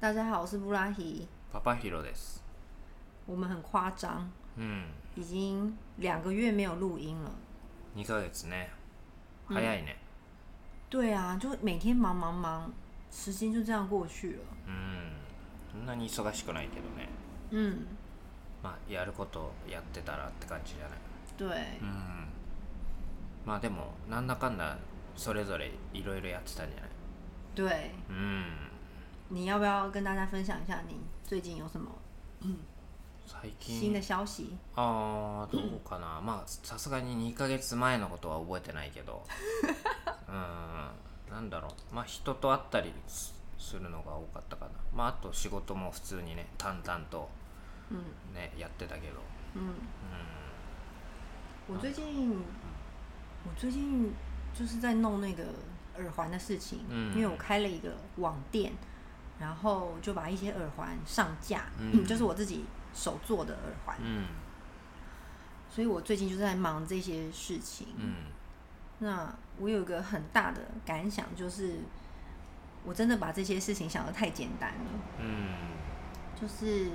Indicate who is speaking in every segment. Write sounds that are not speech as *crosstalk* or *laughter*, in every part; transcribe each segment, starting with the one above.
Speaker 1: 大家好，我是布拉希。
Speaker 2: パパヒロです。
Speaker 1: 我们很夸张，
Speaker 2: うん、
Speaker 1: 已经两个月没有录音了。
Speaker 2: 二ヶ月ね。早いね。
Speaker 1: 对啊，就每天忙忙忙，时间就这样过去了。
Speaker 2: うん、そんなに忙しくないけどね。
Speaker 1: 嗯，
Speaker 2: まあ、やることをやってたらって感じじゃない。
Speaker 1: 对，
Speaker 2: うん。まあでも、なんだかんだ、それぞれいろいろやってたんじゃない
Speaker 1: 对，
Speaker 2: うん。
Speaker 1: 你要不要跟大家分享一下你最近有什么
Speaker 2: 最
Speaker 1: 新的
Speaker 2: 近、
Speaker 1: 消息？
Speaker 2: ああ、どうかな。まあ、さすがに2ヶ月前のことは覚えてないけど。うん。なんだろう。まあ、人と会ったりすするのが多かったかな。まあ、あと仕事も普通にね、淡々と。
Speaker 1: 嗯
Speaker 2: ねやってたけど
Speaker 1: 嗯，
Speaker 2: う
Speaker 1: 我最
Speaker 2: 嗯
Speaker 1: 近我最近就是在弄那个耳环的事情，
Speaker 2: 嗯
Speaker 1: 因为我开了一个网店，然后就把一些耳环上架，
Speaker 2: 嗯
Speaker 1: 就是我自己手做的耳环。
Speaker 2: ん
Speaker 1: 所以我最近就在忙这些事情。
Speaker 2: うん
Speaker 1: 那我有一个很大的感想，就是我真的把这些事情想得太简单了，
Speaker 2: うん
Speaker 1: 就是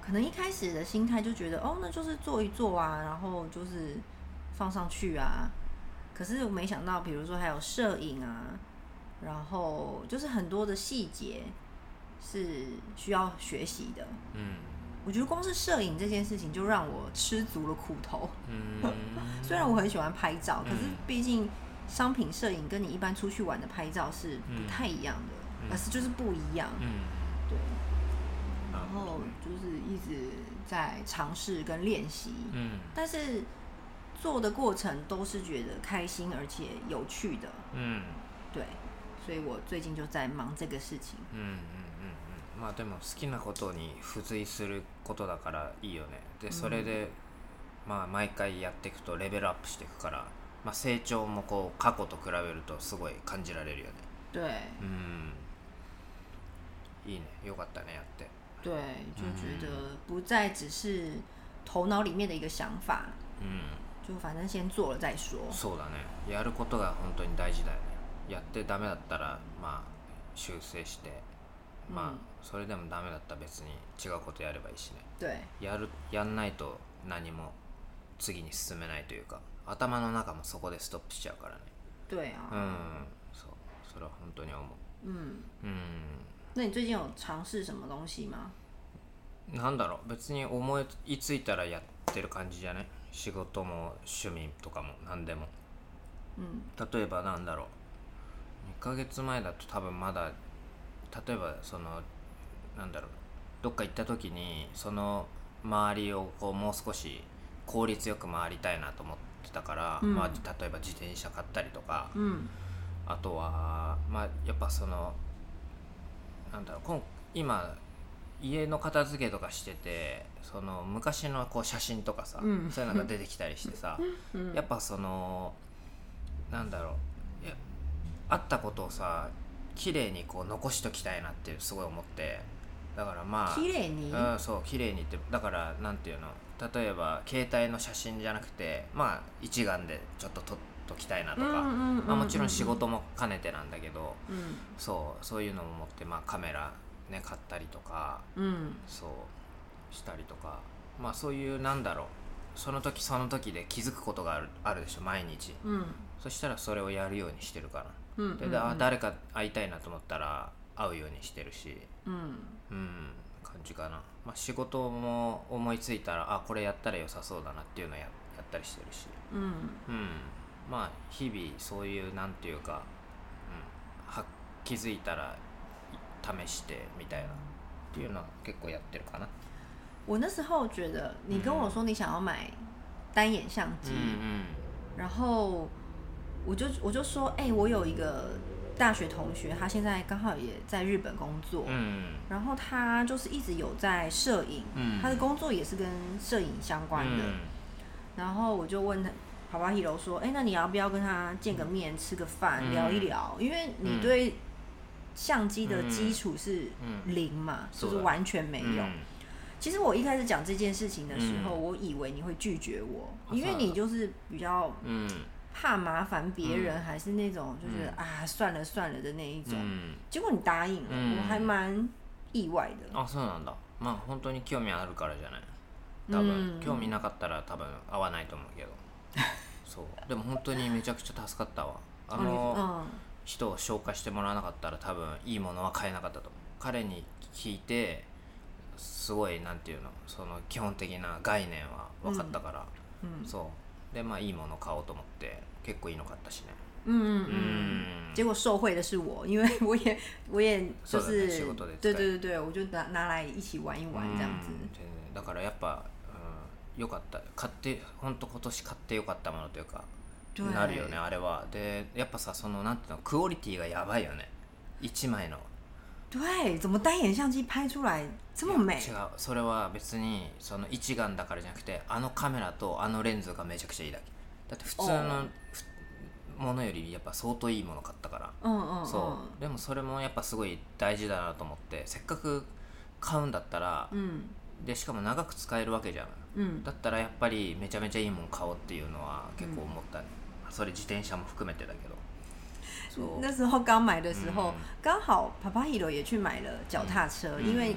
Speaker 1: 可能一开始的心态就觉得哦，那就是做一做啊，然后就是放上去啊。可是我没想到，比如说还有摄影啊，然后就是很多的细节是需要学习的。
Speaker 2: うん
Speaker 1: 我觉得光是摄影这件事情就让我吃足了苦头。
Speaker 2: うん
Speaker 1: 虽然我很喜欢拍照，可是
Speaker 2: 嗯
Speaker 1: 毕竟商品摄影跟你一般出去玩的拍照是不太一样的，
Speaker 2: 嗯
Speaker 1: 而是就是不一样。
Speaker 2: うん
Speaker 1: 对，然
Speaker 2: なるほ
Speaker 1: 后
Speaker 2: ど
Speaker 1: 就是一直在尝试跟练习，
Speaker 2: うん
Speaker 1: 但是做的过程都是觉得开心而且有趣的。
Speaker 2: うん
Speaker 1: 对，所以我最近就在忙这个事情。
Speaker 2: うんうんうんうんまあでも好きなことに付随することだからいいよねでそれで、まあ毎回やっていくとレベルアップしていくから、まあ、成長もこう過去と比べるとすごい感じられるよね
Speaker 1: 对
Speaker 2: うんいいねよかったねやって
Speaker 1: 对，就觉得嗯不再只是头脑里面的一个想法，
Speaker 2: うん
Speaker 1: 就反正先做了再说。
Speaker 2: そうだねやることが本当に大事だよねやってダメだったらまあ修正してまあ、
Speaker 1: うん
Speaker 2: それでもダメだったら別に違うことやればいいしね
Speaker 1: 对，
Speaker 2: やるやんないと何も次に進めないというか頭の中もそこでストップしちゃうからね
Speaker 1: 对啊。
Speaker 2: うんそうそれは本当に思う
Speaker 1: 嗯，
Speaker 2: うん
Speaker 1: 那你最近有尝试什么东西吗？
Speaker 2: なんだろう別に思いついたらやってる感じじゃない仕事も趣味とかも何でも
Speaker 1: 嗯
Speaker 2: 例えばなんだろう2ヶ月前だと多分まだ例えばそのなんだろうどっか行った時にその周りをこうもう少し効率よく回りたいなと思ってたから、
Speaker 1: うん
Speaker 2: まあ、例えば自転車買ったりとか、
Speaker 1: 嗯
Speaker 2: あとはまあやっぱそのなんだろうこん今家の片付けとかしててその昔のこう写真とかさ、
Speaker 1: うん
Speaker 2: そういうのが出てきたりし
Speaker 1: *laughs*
Speaker 2: てさ
Speaker 1: 嗯
Speaker 2: やっぱそのなんだろういやあったことをさ綺麗にこう残しときたいなってすごい思ってだからまあ
Speaker 1: 綺麗に
Speaker 2: うん、そう綺麗にってだからなんていうの例えば携帯の写真じゃなくてまあ一眼でちょっと撮っときたいなとか、
Speaker 1: 嗯
Speaker 2: まあ、もちろん仕事も兼ねてなんだけど
Speaker 1: 嗯
Speaker 2: そうそういうのも持って、まあ、カメラ、ね、買ったりとか
Speaker 1: 嗯
Speaker 2: そうしたりとかまあそういうなんだろうその時その時で気づくことがあるあるでしょ毎日
Speaker 1: 嗯
Speaker 2: そしたらそれをやるようにしてるか
Speaker 1: 嗯
Speaker 2: なで、あ誰か会いたいなと思ったら会うようにしてるし
Speaker 1: 嗯
Speaker 2: うん感じかな、まあ、仕事も思いついたらあこれやったら良さそうだなっていうのややったりしてるし
Speaker 1: 嗯
Speaker 2: うん、まあ日々そういうなんていうか、うん、は気づいたら試してみたいなっていうのは結構やってるかな。
Speaker 1: 我那时候觉得你跟我说你想要买单眼相机，
Speaker 2: 嗯
Speaker 1: 然后我就我就说，哎、我有一个大学同学，他现在刚好也在日本工作，
Speaker 2: うんうん
Speaker 1: 然后他就是一直有在摄影，
Speaker 2: 嗯
Speaker 1: 他的工作也是跟摄影相关的。然后我就问他，跑跑 hero 说：“哎、那你要不要跟他见个面，吃个饭，
Speaker 2: 嗯
Speaker 1: 聊一聊？因为你
Speaker 2: 嗯
Speaker 1: 对相机的基础是
Speaker 2: 嗯
Speaker 1: 零嘛，
Speaker 2: 是
Speaker 1: 就
Speaker 2: 的
Speaker 1: 是完全没有。
Speaker 2: 嗯
Speaker 1: 其实我一开始讲这件事情的时候，
Speaker 2: 嗯
Speaker 1: 我以为你会拒绝我，
Speaker 2: 啊
Speaker 1: 因为
Speaker 2: 算了
Speaker 1: 你就是比较
Speaker 2: 嗯
Speaker 1: 怕麻烦别人，还嗯是那种就觉得、啊算了算了的那一种。
Speaker 2: 嗯
Speaker 1: 结果你答应了，
Speaker 2: 嗯
Speaker 1: 我还蛮意外的。
Speaker 2: あそうなんだまあ本当に興味あるからじゃない多分、
Speaker 1: うん
Speaker 2: 興味なかったら多分合わないと思うけ
Speaker 1: *laughs*
Speaker 2: どそうでも本当にめちゃくちゃ助かったわ
Speaker 1: 哦
Speaker 2: あの人を紹介してもらわなかったら多分いいものは買えなかったと思う彼に聞いてすごいなんていうのその基本的な概念は分かったから、
Speaker 1: うん、うん
Speaker 2: そうでまあいいもの買おうと思って結構いいの買ったしね
Speaker 1: 嗯嗯
Speaker 2: う
Speaker 1: 嗯。
Speaker 2: ん
Speaker 1: 结果受惠的是我，因为我也我也就
Speaker 2: そうだ
Speaker 1: 是
Speaker 2: ね仕事で使
Speaker 1: 对
Speaker 2: え
Speaker 1: 对对对，我就拿嗯拿来一起玩一玩这样子。
Speaker 2: うん全然だからやっぱ、うん、よかった買って本当今年買ってよかったものというか
Speaker 1: 对，
Speaker 2: なるよねあれはでやっぱさそのなんていうのクオリティがやばいよね1枚の
Speaker 1: 对，怎么单眼相机拍出来这么美
Speaker 2: 違？うそれは別にその一眼だからじゃなくてあのカメラとあのレンズがめちゃくちゃいいだけだって普通
Speaker 1: お
Speaker 2: の
Speaker 1: ー
Speaker 2: ふものよりやっぱ相当いいもの買ったから
Speaker 1: 嗯嗯
Speaker 2: そ
Speaker 1: 嗯
Speaker 2: うでもそれもやっぱすごい大事だなと思ってせっかく買うんだったら
Speaker 1: 嗯
Speaker 2: でしかも長く使えるわけじゃん
Speaker 1: 嗯，
Speaker 2: だったらやっぱりめちゃめちゃいいもん買おうっていうのは結構思ったね、それ自転車も含めてだけどそう
Speaker 1: 那时候刚买的时候
Speaker 2: 嗯，
Speaker 1: 刚好 Papa Hiro 也去买了脚踏车，
Speaker 2: 嗯
Speaker 1: 因为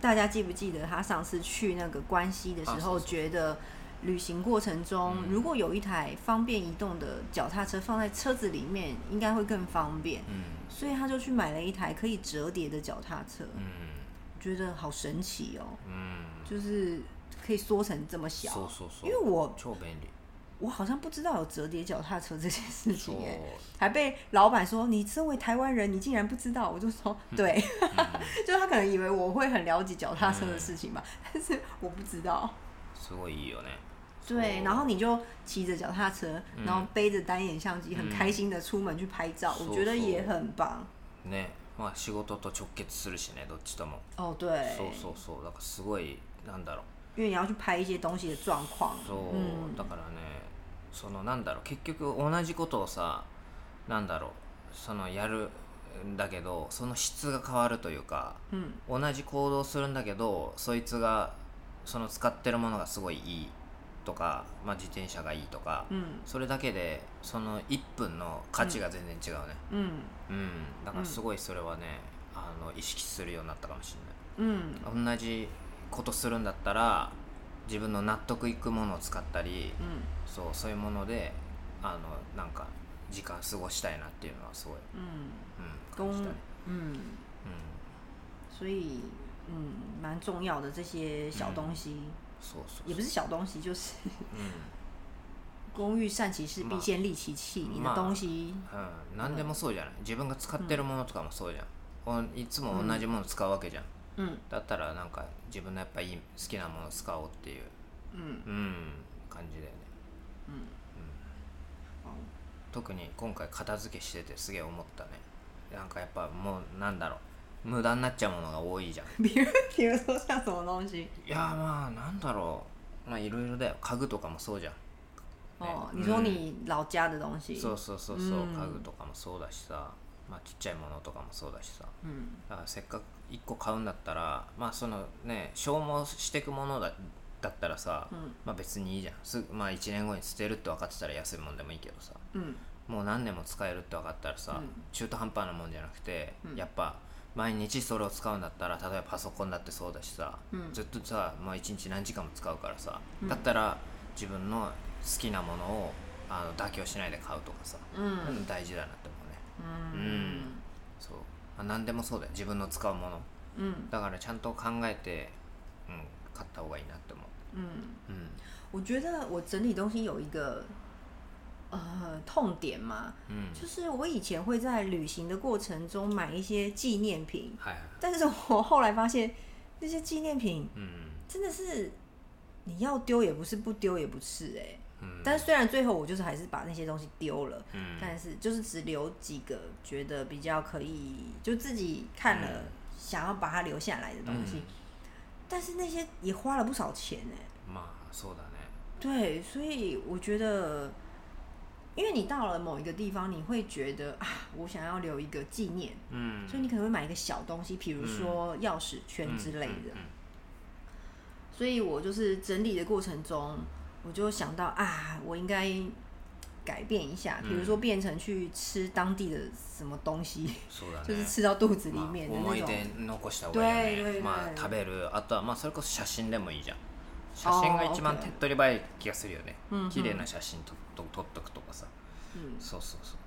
Speaker 1: 大家记不记得他上次去那个关西的时
Speaker 2: 啊是
Speaker 1: 候，
Speaker 2: 是
Speaker 1: 觉得旅行过程中
Speaker 2: 嗯
Speaker 1: 如果有一台方便移动的脚踏车放在车子里面，应该会更方便。
Speaker 2: うん
Speaker 1: 所以他就去买了一台可以折叠的脚踏车，
Speaker 2: 嗯う
Speaker 1: 觉得好神奇哦，
Speaker 2: んうん
Speaker 1: 就是可以缩成这么小。
Speaker 2: そうそうそう
Speaker 1: 因为我
Speaker 2: 超便利
Speaker 1: 我好像不知道有折叠脚踏车这件事
Speaker 2: そう
Speaker 1: 情哎，还被老板说你身为台湾人，你竟然不知道，我就说对， *laughs* 就他可能以为我会很了解脚踏车的事情吧，但是我不知道。
Speaker 2: すごいいいよね
Speaker 1: 对，
Speaker 2: そう
Speaker 1: 然后你就骑着脚踏车，
Speaker 2: 嗯
Speaker 1: 然后背着单眼相机，很
Speaker 2: 嗯
Speaker 1: 开心的出门去拍照，
Speaker 2: そう
Speaker 1: 我觉得
Speaker 2: そう
Speaker 1: 也很棒。
Speaker 2: ねまあ仕事と直結するしねどっちとも
Speaker 1: 哦，对，
Speaker 2: そうそうそうだからすごいなんだろう
Speaker 1: 因为你要去拍一些东西的状况。
Speaker 2: そう、
Speaker 1: 嗯，
Speaker 2: だからねそのなんだろう結局同じことをさなんだろうそのやるんだけどその質が変わるというか
Speaker 1: 嗯
Speaker 2: 同じ行動するんだけどそいつがその使ってるものがすごいいいとか、まあ、自転車がいいとか、
Speaker 1: 嗯
Speaker 2: それだけでその1分の価値が全然違うね
Speaker 1: 嗯
Speaker 2: うん、だからすごいそれはねあの意識するようになったかもし
Speaker 1: 嗯
Speaker 2: れない同じことするんだったら自分の納得いくものを使ったり
Speaker 1: 嗯
Speaker 2: そうそういうものであのなんか時間過ごしたいなっていうのはすごい、
Speaker 1: 嗯
Speaker 2: うん、感じた
Speaker 1: 公
Speaker 2: ね、
Speaker 1: 嗯，
Speaker 2: うん、
Speaker 1: 所以嗯蛮重要的这些小东西，
Speaker 2: そうそう
Speaker 1: 也不是小东西，就是
Speaker 2: うん
Speaker 1: 工欲善其事，
Speaker 2: 嘛
Speaker 1: 必先利其器。你
Speaker 2: 嘛
Speaker 1: 的东西，
Speaker 2: うん、何でもそうじゃない自分が使ってるものとかもそうじゃん、おいつも同じもの使うわけじゃん、
Speaker 1: 嗯
Speaker 2: だったらなんか自分のやっぱいい好きなもの使おうっていう、
Speaker 1: 嗯，
Speaker 2: うん、感じだよね
Speaker 1: 好
Speaker 2: 特に今回片付けしててすげえ思ったねなんかやっぱもうなんだろう無駄になっちゃうものが多いじゃん
Speaker 1: 比如比如说像什么东西
Speaker 2: いやまあなんだろうまあいろいろだよ家具とかもそうじゃん
Speaker 1: 哦，
Speaker 2: 嗯啊
Speaker 1: 你说你老家的东西，
Speaker 2: そうそうそうそう、
Speaker 1: うん
Speaker 2: 家具とかもそうだしさまあちっちゃいものとかもそうだしさ
Speaker 1: 嗯
Speaker 2: だからせっかく1個買うんだったらまあそのね消耗していくものだだったらさ、
Speaker 1: ん
Speaker 2: まあ別にいいじゃんすぐまあ1年後に捨てるって分かってたら安いもんでもいいけどさ
Speaker 1: 嗯
Speaker 2: もう何年も使えるって分かったらさ、
Speaker 1: うん
Speaker 2: 中途半端なもんじゃなくて、
Speaker 1: うん
Speaker 2: やっぱ毎日それを使うんだったら例えばパソコンだってそうだしさ、
Speaker 1: うん
Speaker 2: ずっとさ、まあ、1日何時間も使うからさ、
Speaker 1: うん
Speaker 2: だったら自分の好きなものをあの妥協しないで買うとかさ、
Speaker 1: 嗯
Speaker 2: 大事だなって思うね
Speaker 1: 嗯
Speaker 2: そう、まあ、何でもそうだよ自分の使うもの
Speaker 1: 嗯
Speaker 2: だからちゃんと考えて、うん、買った方がいいなって思う
Speaker 1: 嗯。
Speaker 2: うん
Speaker 1: 我觉得我整理东西有一个呃痛点嘛，
Speaker 2: うん
Speaker 1: 就是我以前会在旅行的过程中买一些纪念品，
Speaker 2: はいはいはい
Speaker 1: 但是我后来发现那些纪念品
Speaker 2: うん
Speaker 1: 真的是你要丢也不是，不丢也不是、欸，
Speaker 2: うん
Speaker 1: 但是虽然最后我就是还是把那些东西丢了，
Speaker 2: うん
Speaker 1: 但是就是只留几个觉得比较可以，就自己看了
Speaker 2: 嗯
Speaker 1: 想要把它留下来的东西，但是那些也花了不少钱哎、
Speaker 2: うんまあそうだね
Speaker 1: 对，所以我觉得，因为你到了某一个地方，你会觉得啊，我想要留一个纪念，
Speaker 2: うん
Speaker 1: 所以你可能会买一个小东西，比如说钥匙圈之类的。所以我就是整理的过程中，我就想到啊，我应该改变一下，
Speaker 2: 嗯
Speaker 1: 比如说变成去吃当地的什么东西，
Speaker 2: そうだ
Speaker 1: *laughs*
Speaker 2: ね
Speaker 1: 就是吃到肚子里
Speaker 2: まあ
Speaker 1: 面的
Speaker 2: 思
Speaker 1: 那
Speaker 2: い
Speaker 1: 种。
Speaker 2: 出残した方がいいよ
Speaker 1: どいど
Speaker 2: ね
Speaker 1: い
Speaker 2: まあ食べるあとはまあそれこそ写真でもいいじゃん写真が一
Speaker 1: あ
Speaker 2: 番
Speaker 1: ー OK
Speaker 2: 手っ取り早い気がするよね
Speaker 1: うんうん
Speaker 2: 綺麗な写真とと撮っとくとかさ
Speaker 1: 嗯，
Speaker 2: そうそうそう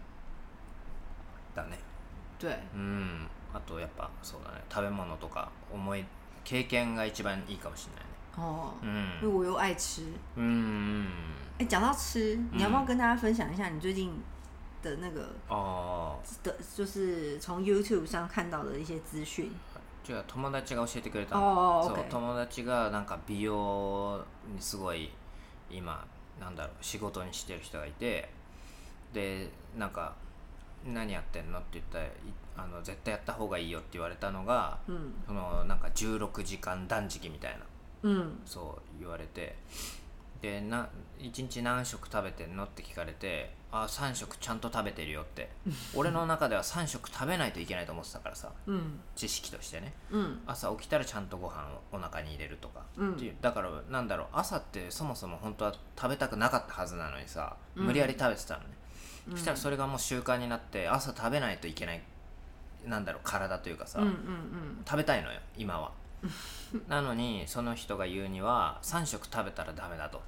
Speaker 2: だね
Speaker 1: 对，
Speaker 2: うんあとやっぱそうだね食べ物とか思い経験が一番いいかもし
Speaker 1: 哦，
Speaker 2: れないね
Speaker 1: 因为我又爱吃。
Speaker 2: うんうんうん
Speaker 1: 哎、讲到吃，你要不要跟大家分享一下你最近的那个
Speaker 2: ああ
Speaker 1: 的，就是从 YouTube 上看到的一些资讯？
Speaker 2: じゃあ友達が教えてくれた
Speaker 1: あ
Speaker 2: の
Speaker 1: ー
Speaker 2: そう
Speaker 1: OK
Speaker 2: 友達がなんか美容にすごい今なんだろう仕事にしてる人がいてでなんか「何やってんの?」って言ったらいあの「絶対やった方がいいよ」って言われたのが
Speaker 1: 嗯
Speaker 2: そのなんか16時間断食みたいな
Speaker 1: 嗯
Speaker 2: そう言われてでな1日何食食べてんのって聞かれて「あ3食ちゃんと食べてる
Speaker 1: *laughs*
Speaker 2: よ」って俺の中では3食食べないといけないと思ってたからさ
Speaker 1: 嗯
Speaker 2: 知識としてね
Speaker 1: 嗯
Speaker 2: 朝起きたらちゃんとご飯をお腹に入れるとか、
Speaker 1: うん
Speaker 2: っていうだからなんだろう朝ってそもそも本当は食べたくなかったはずなのにさ
Speaker 1: うん
Speaker 2: 無理やり食べてたのね、
Speaker 1: うん
Speaker 2: そしたらそれがもう習慣になって朝食べないといけないなんだろう体というかさ、
Speaker 1: 嗯嗯嗯，
Speaker 2: 食べたいのよ今はなのにその人が言うには3食食べたらダメだと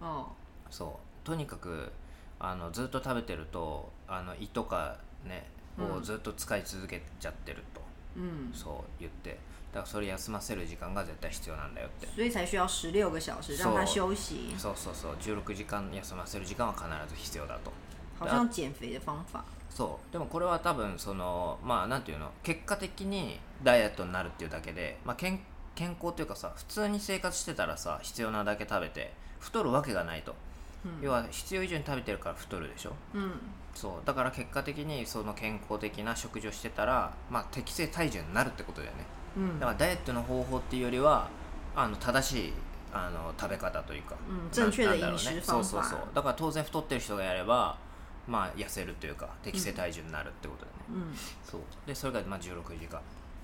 Speaker 1: 哦，
Speaker 2: そうとにかくあのずっと食べてるとあの胃とかねをずっと使い続けちゃってると、
Speaker 1: 嗯，
Speaker 2: そう言ってだからそれ休ませる時間が絶対必要なんだよって
Speaker 1: 所以才需要十六个小时让他休息，
Speaker 2: そうそうそう16時間休ませる時間は必ず必要だと
Speaker 1: 好像减肥的方法。
Speaker 2: そうでもこれは多分そのまあなんていうの結果的にダイエットになるっていうだけで、まあ、健健康というかさ普通に生活してたらさ必要なだけ食べて太るわけがないと、
Speaker 1: うん
Speaker 2: 要は必要以上に食べてるから太るでしょ
Speaker 1: 嗯
Speaker 2: そうだから結果的にその健康的な食事をしてたら、まあ、適正体重になるってことだよね
Speaker 1: 嗯
Speaker 2: だからダイエットの方法っていうよりはあの正しいあの食べ方というか、
Speaker 1: うん
Speaker 2: な
Speaker 1: 正確な
Speaker 2: なんだろう
Speaker 1: 飲食
Speaker 2: そ
Speaker 1: 方
Speaker 2: う
Speaker 1: 法
Speaker 2: そうそうだから当然太ってる人がやればまあ痩せるというか適正体重になるってことだよね、
Speaker 1: 嗯
Speaker 2: そうでそれがまあ16時間、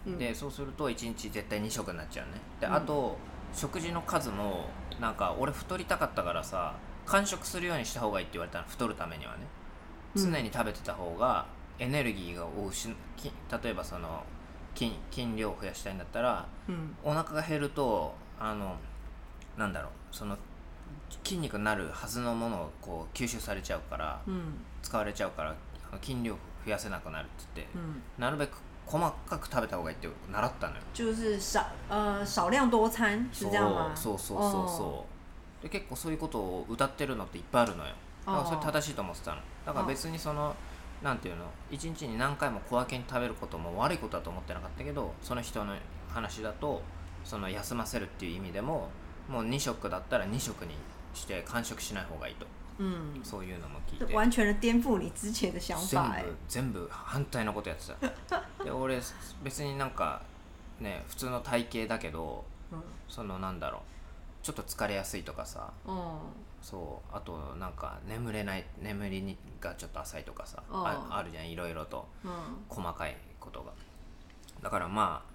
Speaker 1: うん
Speaker 2: でそうすると1日絶対2食になっちゃうねで
Speaker 1: うん
Speaker 2: あと、食事の数もなんか俺太りたかったからさ完食するようにした方がいいって言われたの太るためにはね
Speaker 1: うん
Speaker 2: 常に食べてた方がエネルギーを失き例えばその筋筋量を増やしたいんだったら
Speaker 1: 嗯
Speaker 2: お腹が減るとあのなんだろうその筋肉になるはずのものをこう吸収されちゃうから
Speaker 1: 嗯
Speaker 2: 使われちゃうからあの筋量増やせなくなるって言って、
Speaker 1: 嗯，
Speaker 2: なるべく細かく食べた方がいいって習ったのよ
Speaker 1: 就是少呃少量多餐是这样吗？
Speaker 2: そうそうそうそう
Speaker 1: 哦
Speaker 2: そうで結構そういうことを歌ってるのっていっぱいあるのよだからそれ正しいと思ってたのだから別にそのなんていうの一日に何回も小分けに食べることも悪いことだと思ってなかったけどその人の話だとその休ませるっていう意味でももう2食だったら2食にして完食しない方がいいと
Speaker 1: 嗯，
Speaker 2: そういうのも聞い
Speaker 1: 这
Speaker 2: て
Speaker 1: 完全的颠覆你之前的想
Speaker 2: 全
Speaker 1: 法
Speaker 2: 部
Speaker 1: 哎。
Speaker 2: 全部反対のことやってたで俺別になんかね普通の体型だけど
Speaker 1: 嗯
Speaker 2: そのなんだろうちょっと疲れやすいとかさ
Speaker 1: 哦
Speaker 2: そうあとなんか眠れない眠りにがちょっと浅いとかさ
Speaker 1: うん
Speaker 2: ああるじゃんいろいろと
Speaker 1: 嗯
Speaker 2: 細かいことがだからまあ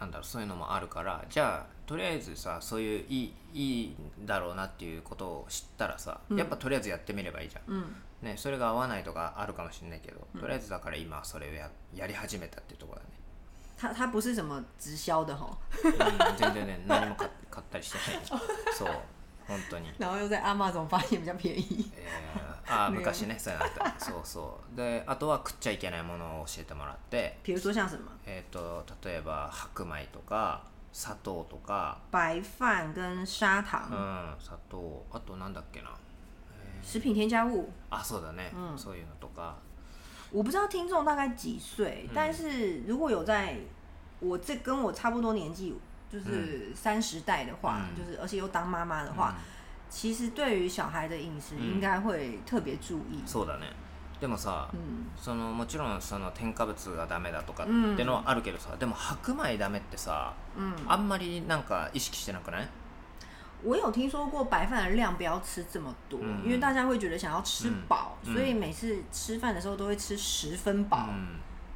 Speaker 2: なんだろうそういうのもあるからじゃあとりあえずさそういういいいいんだろうなっていうことを知ったらさ、
Speaker 1: うん
Speaker 2: やっぱとりあえずやってみればいいじゃん
Speaker 1: 嗯
Speaker 2: ね、それが合わないとかあるかもしれないけど、
Speaker 1: うん
Speaker 2: とりあえずだから今はそれをややり始めたっていうところ
Speaker 1: 它它不是什么直销的哈，
Speaker 2: だね、うん、全
Speaker 1: *laughs*
Speaker 2: 然ね何も買っ買ったりしてないそう本当に、
Speaker 1: 然后又在阿玛总发现比较便宜。
Speaker 2: えー、ああ
Speaker 1: ね
Speaker 2: 昔ねそういうのあったそうそうであとは食っちゃいけないものを教えてもらって
Speaker 1: 比如说像什么
Speaker 2: えっ、と例えば白米とか砂糖とか
Speaker 1: 白饭跟砂
Speaker 2: うん
Speaker 1: 糖、
Speaker 2: 砂糖あとなんだっけな
Speaker 1: 食品添加物，
Speaker 2: あそうだね、
Speaker 1: うん
Speaker 2: そういうのとか
Speaker 1: 我不知道听众大概几岁，
Speaker 2: 嗯
Speaker 1: 但是如果有在我这跟我差不多年纪，就是三十代的话，
Speaker 2: 嗯
Speaker 1: 就是而且又当妈妈的话，其实对于小孩的饮食
Speaker 2: 嗯
Speaker 1: 应该会特别注意。
Speaker 2: そうだねでもさ、
Speaker 1: 嗯
Speaker 2: そのもちろんその添加物がダメだとかってのはあるけどさ、でも白米ダメってさ
Speaker 1: 嗯，
Speaker 2: あんまりなんか意識してなくない
Speaker 1: 我有听说过白饭的量不要吃这么多，
Speaker 2: 嗯
Speaker 1: 因为大家会觉得想要吃饱，
Speaker 2: 嗯嗯嗯
Speaker 1: 所以每次吃饭的时候都会吃十分饱。
Speaker 2: うん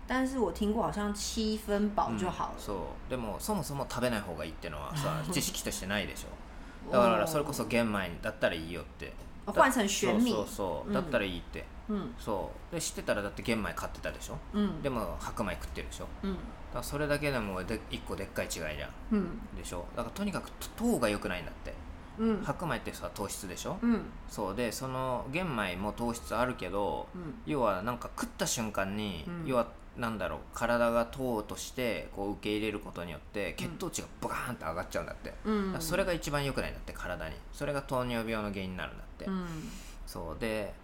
Speaker 1: 但是我听过好像七分饱就好了。
Speaker 2: そうでもそもそも食べな
Speaker 1: *laughs*
Speaker 2: い嗯呃方がいいってのはさ知識としてないでしょだからそれこそ玄米だったらいいよって
Speaker 1: 哦换成玄米嗯
Speaker 2: そうそうそう、
Speaker 1: うん
Speaker 2: だったらいいって
Speaker 1: うん
Speaker 2: そうで知ってたらだって玄米買ってたでしょ
Speaker 1: うん
Speaker 2: でも白米食ってるでしょだ
Speaker 1: うん
Speaker 2: からそれだけでもで一個でっかい違いじゃん
Speaker 1: うん
Speaker 2: でしょだからとにかくと糖が良くないんだって
Speaker 1: うん
Speaker 2: 白米ってさ糖質でしょ、
Speaker 1: うん
Speaker 2: そうでその玄米も糖質あるけど、
Speaker 1: うん
Speaker 2: 要はなんか食った瞬間に、
Speaker 1: うん
Speaker 2: 要はなんだろう体が糖としてこう受け入れることによって血糖値がバカーンって上がっちゃうんだって、だか
Speaker 1: う
Speaker 2: ら
Speaker 1: ん
Speaker 2: それが一番良くないんだって体にそれが糖尿病の原因になるんだって、
Speaker 1: うん
Speaker 2: そうで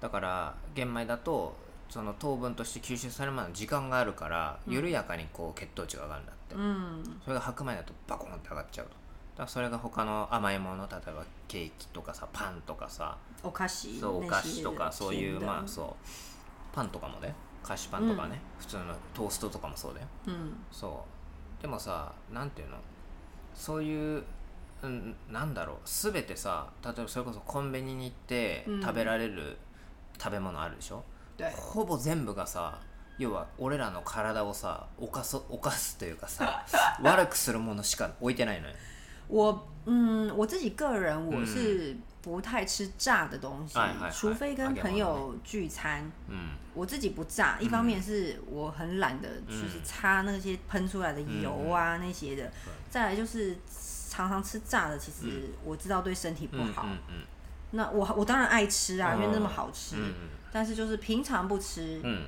Speaker 2: だから玄米だとその糖分として吸収されるまでの時間があるから
Speaker 1: うん
Speaker 2: 緩やかにこう血糖値が上がるんだって、
Speaker 1: うん
Speaker 2: それが白米だとバコンって上がっちゃうとだからそれが他の甘いもの例えばケーキとかさパンとかさ
Speaker 1: お菓子
Speaker 2: そうお菓子とかそういうまあ
Speaker 1: う
Speaker 2: そうパンとかもね菓子パンとかね、普通のトーストとかもそうだよ
Speaker 1: うん
Speaker 2: そうでもさなんていうのそういう、うん、なんだろう全てさ例えばそれこそコンビニに行って
Speaker 1: うん
Speaker 2: 食べられる食べ物あるでしょ、
Speaker 1: で
Speaker 2: ほぼ全部がさ要は俺らの体をさ犯す犯すというか *laughs* さ悪くするものしか置いてないのよ
Speaker 1: 我嗯，我自己个人我是不太吃炸的东西，
Speaker 2: 哎哎哎
Speaker 1: 除非跟朋友聚餐。
Speaker 2: うん
Speaker 1: 我自己不炸，一方面是我很懒的，就是擦那些喷出来的油啊、那些的。再来就是常常吃炸的，其实我知道对身体不
Speaker 2: うんうん
Speaker 1: 好。那我我当然爱吃啊，因为那么好吃。
Speaker 2: うん
Speaker 1: 但是就是平常不吃，
Speaker 2: うん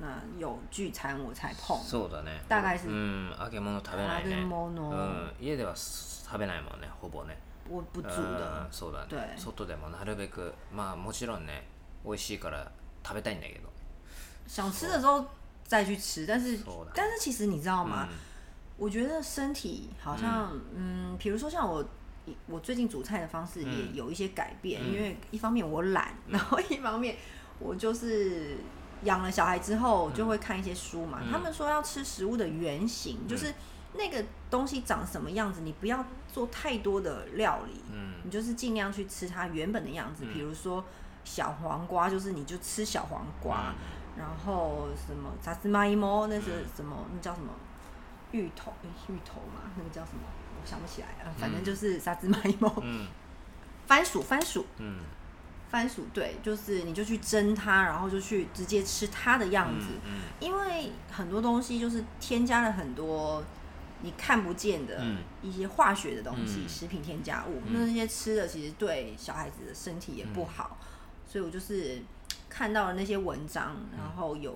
Speaker 1: 那有聚餐我才碰
Speaker 2: うん。そうだね
Speaker 1: 大概是
Speaker 2: うん揚げ物食べない
Speaker 1: 食べ
Speaker 2: ね
Speaker 1: 物
Speaker 2: うん、家ではす食べないもんねほぼね
Speaker 1: 我不煮的
Speaker 2: うん。そうだね
Speaker 1: 对
Speaker 2: 外でもなるべくまあもちろんね美味しいから食べたいんだけど
Speaker 1: 想吃的时候再去吃，但是
Speaker 2: そうだね
Speaker 1: 但是其实你知道吗？
Speaker 2: うん
Speaker 1: 我觉得身体好像，嗯，比、如说像我，我最近煮菜的方式也
Speaker 2: 嗯
Speaker 1: 有一些改变，
Speaker 2: 嗯
Speaker 1: 因为一方面我懒，然后一方面我就是养了小孩之后就会看一些书嘛。
Speaker 2: 嗯
Speaker 1: 他们说要吃食物的原型，就是那个东西长什么样子，你不要做太多的料理，
Speaker 2: うん
Speaker 1: 你就是尽量去吃它原本的样子。比如说小黄瓜，就是你就吃小黄瓜，然后什么杂芝麻一摸，那是什么？那叫什么？芋头？诶芋头嘛，那个叫什么？我想不起来了。反正就是杂芝麻一摸，
Speaker 2: うん
Speaker 1: 番薯，番薯，
Speaker 2: うん
Speaker 1: 番薯，对，就是你就去蒸它，然后就去直接吃它的样子。
Speaker 2: 嗯
Speaker 1: 因为很多东西就是添加了很多你看不见的
Speaker 2: 嗯
Speaker 1: 一些化学的东西，
Speaker 2: 嗯
Speaker 1: 食品添加物，
Speaker 2: 嗯
Speaker 1: 那那些吃的其实对小孩子的身体也不好，所以我就是看到了那些文章，然
Speaker 2: 嗯
Speaker 1: 后有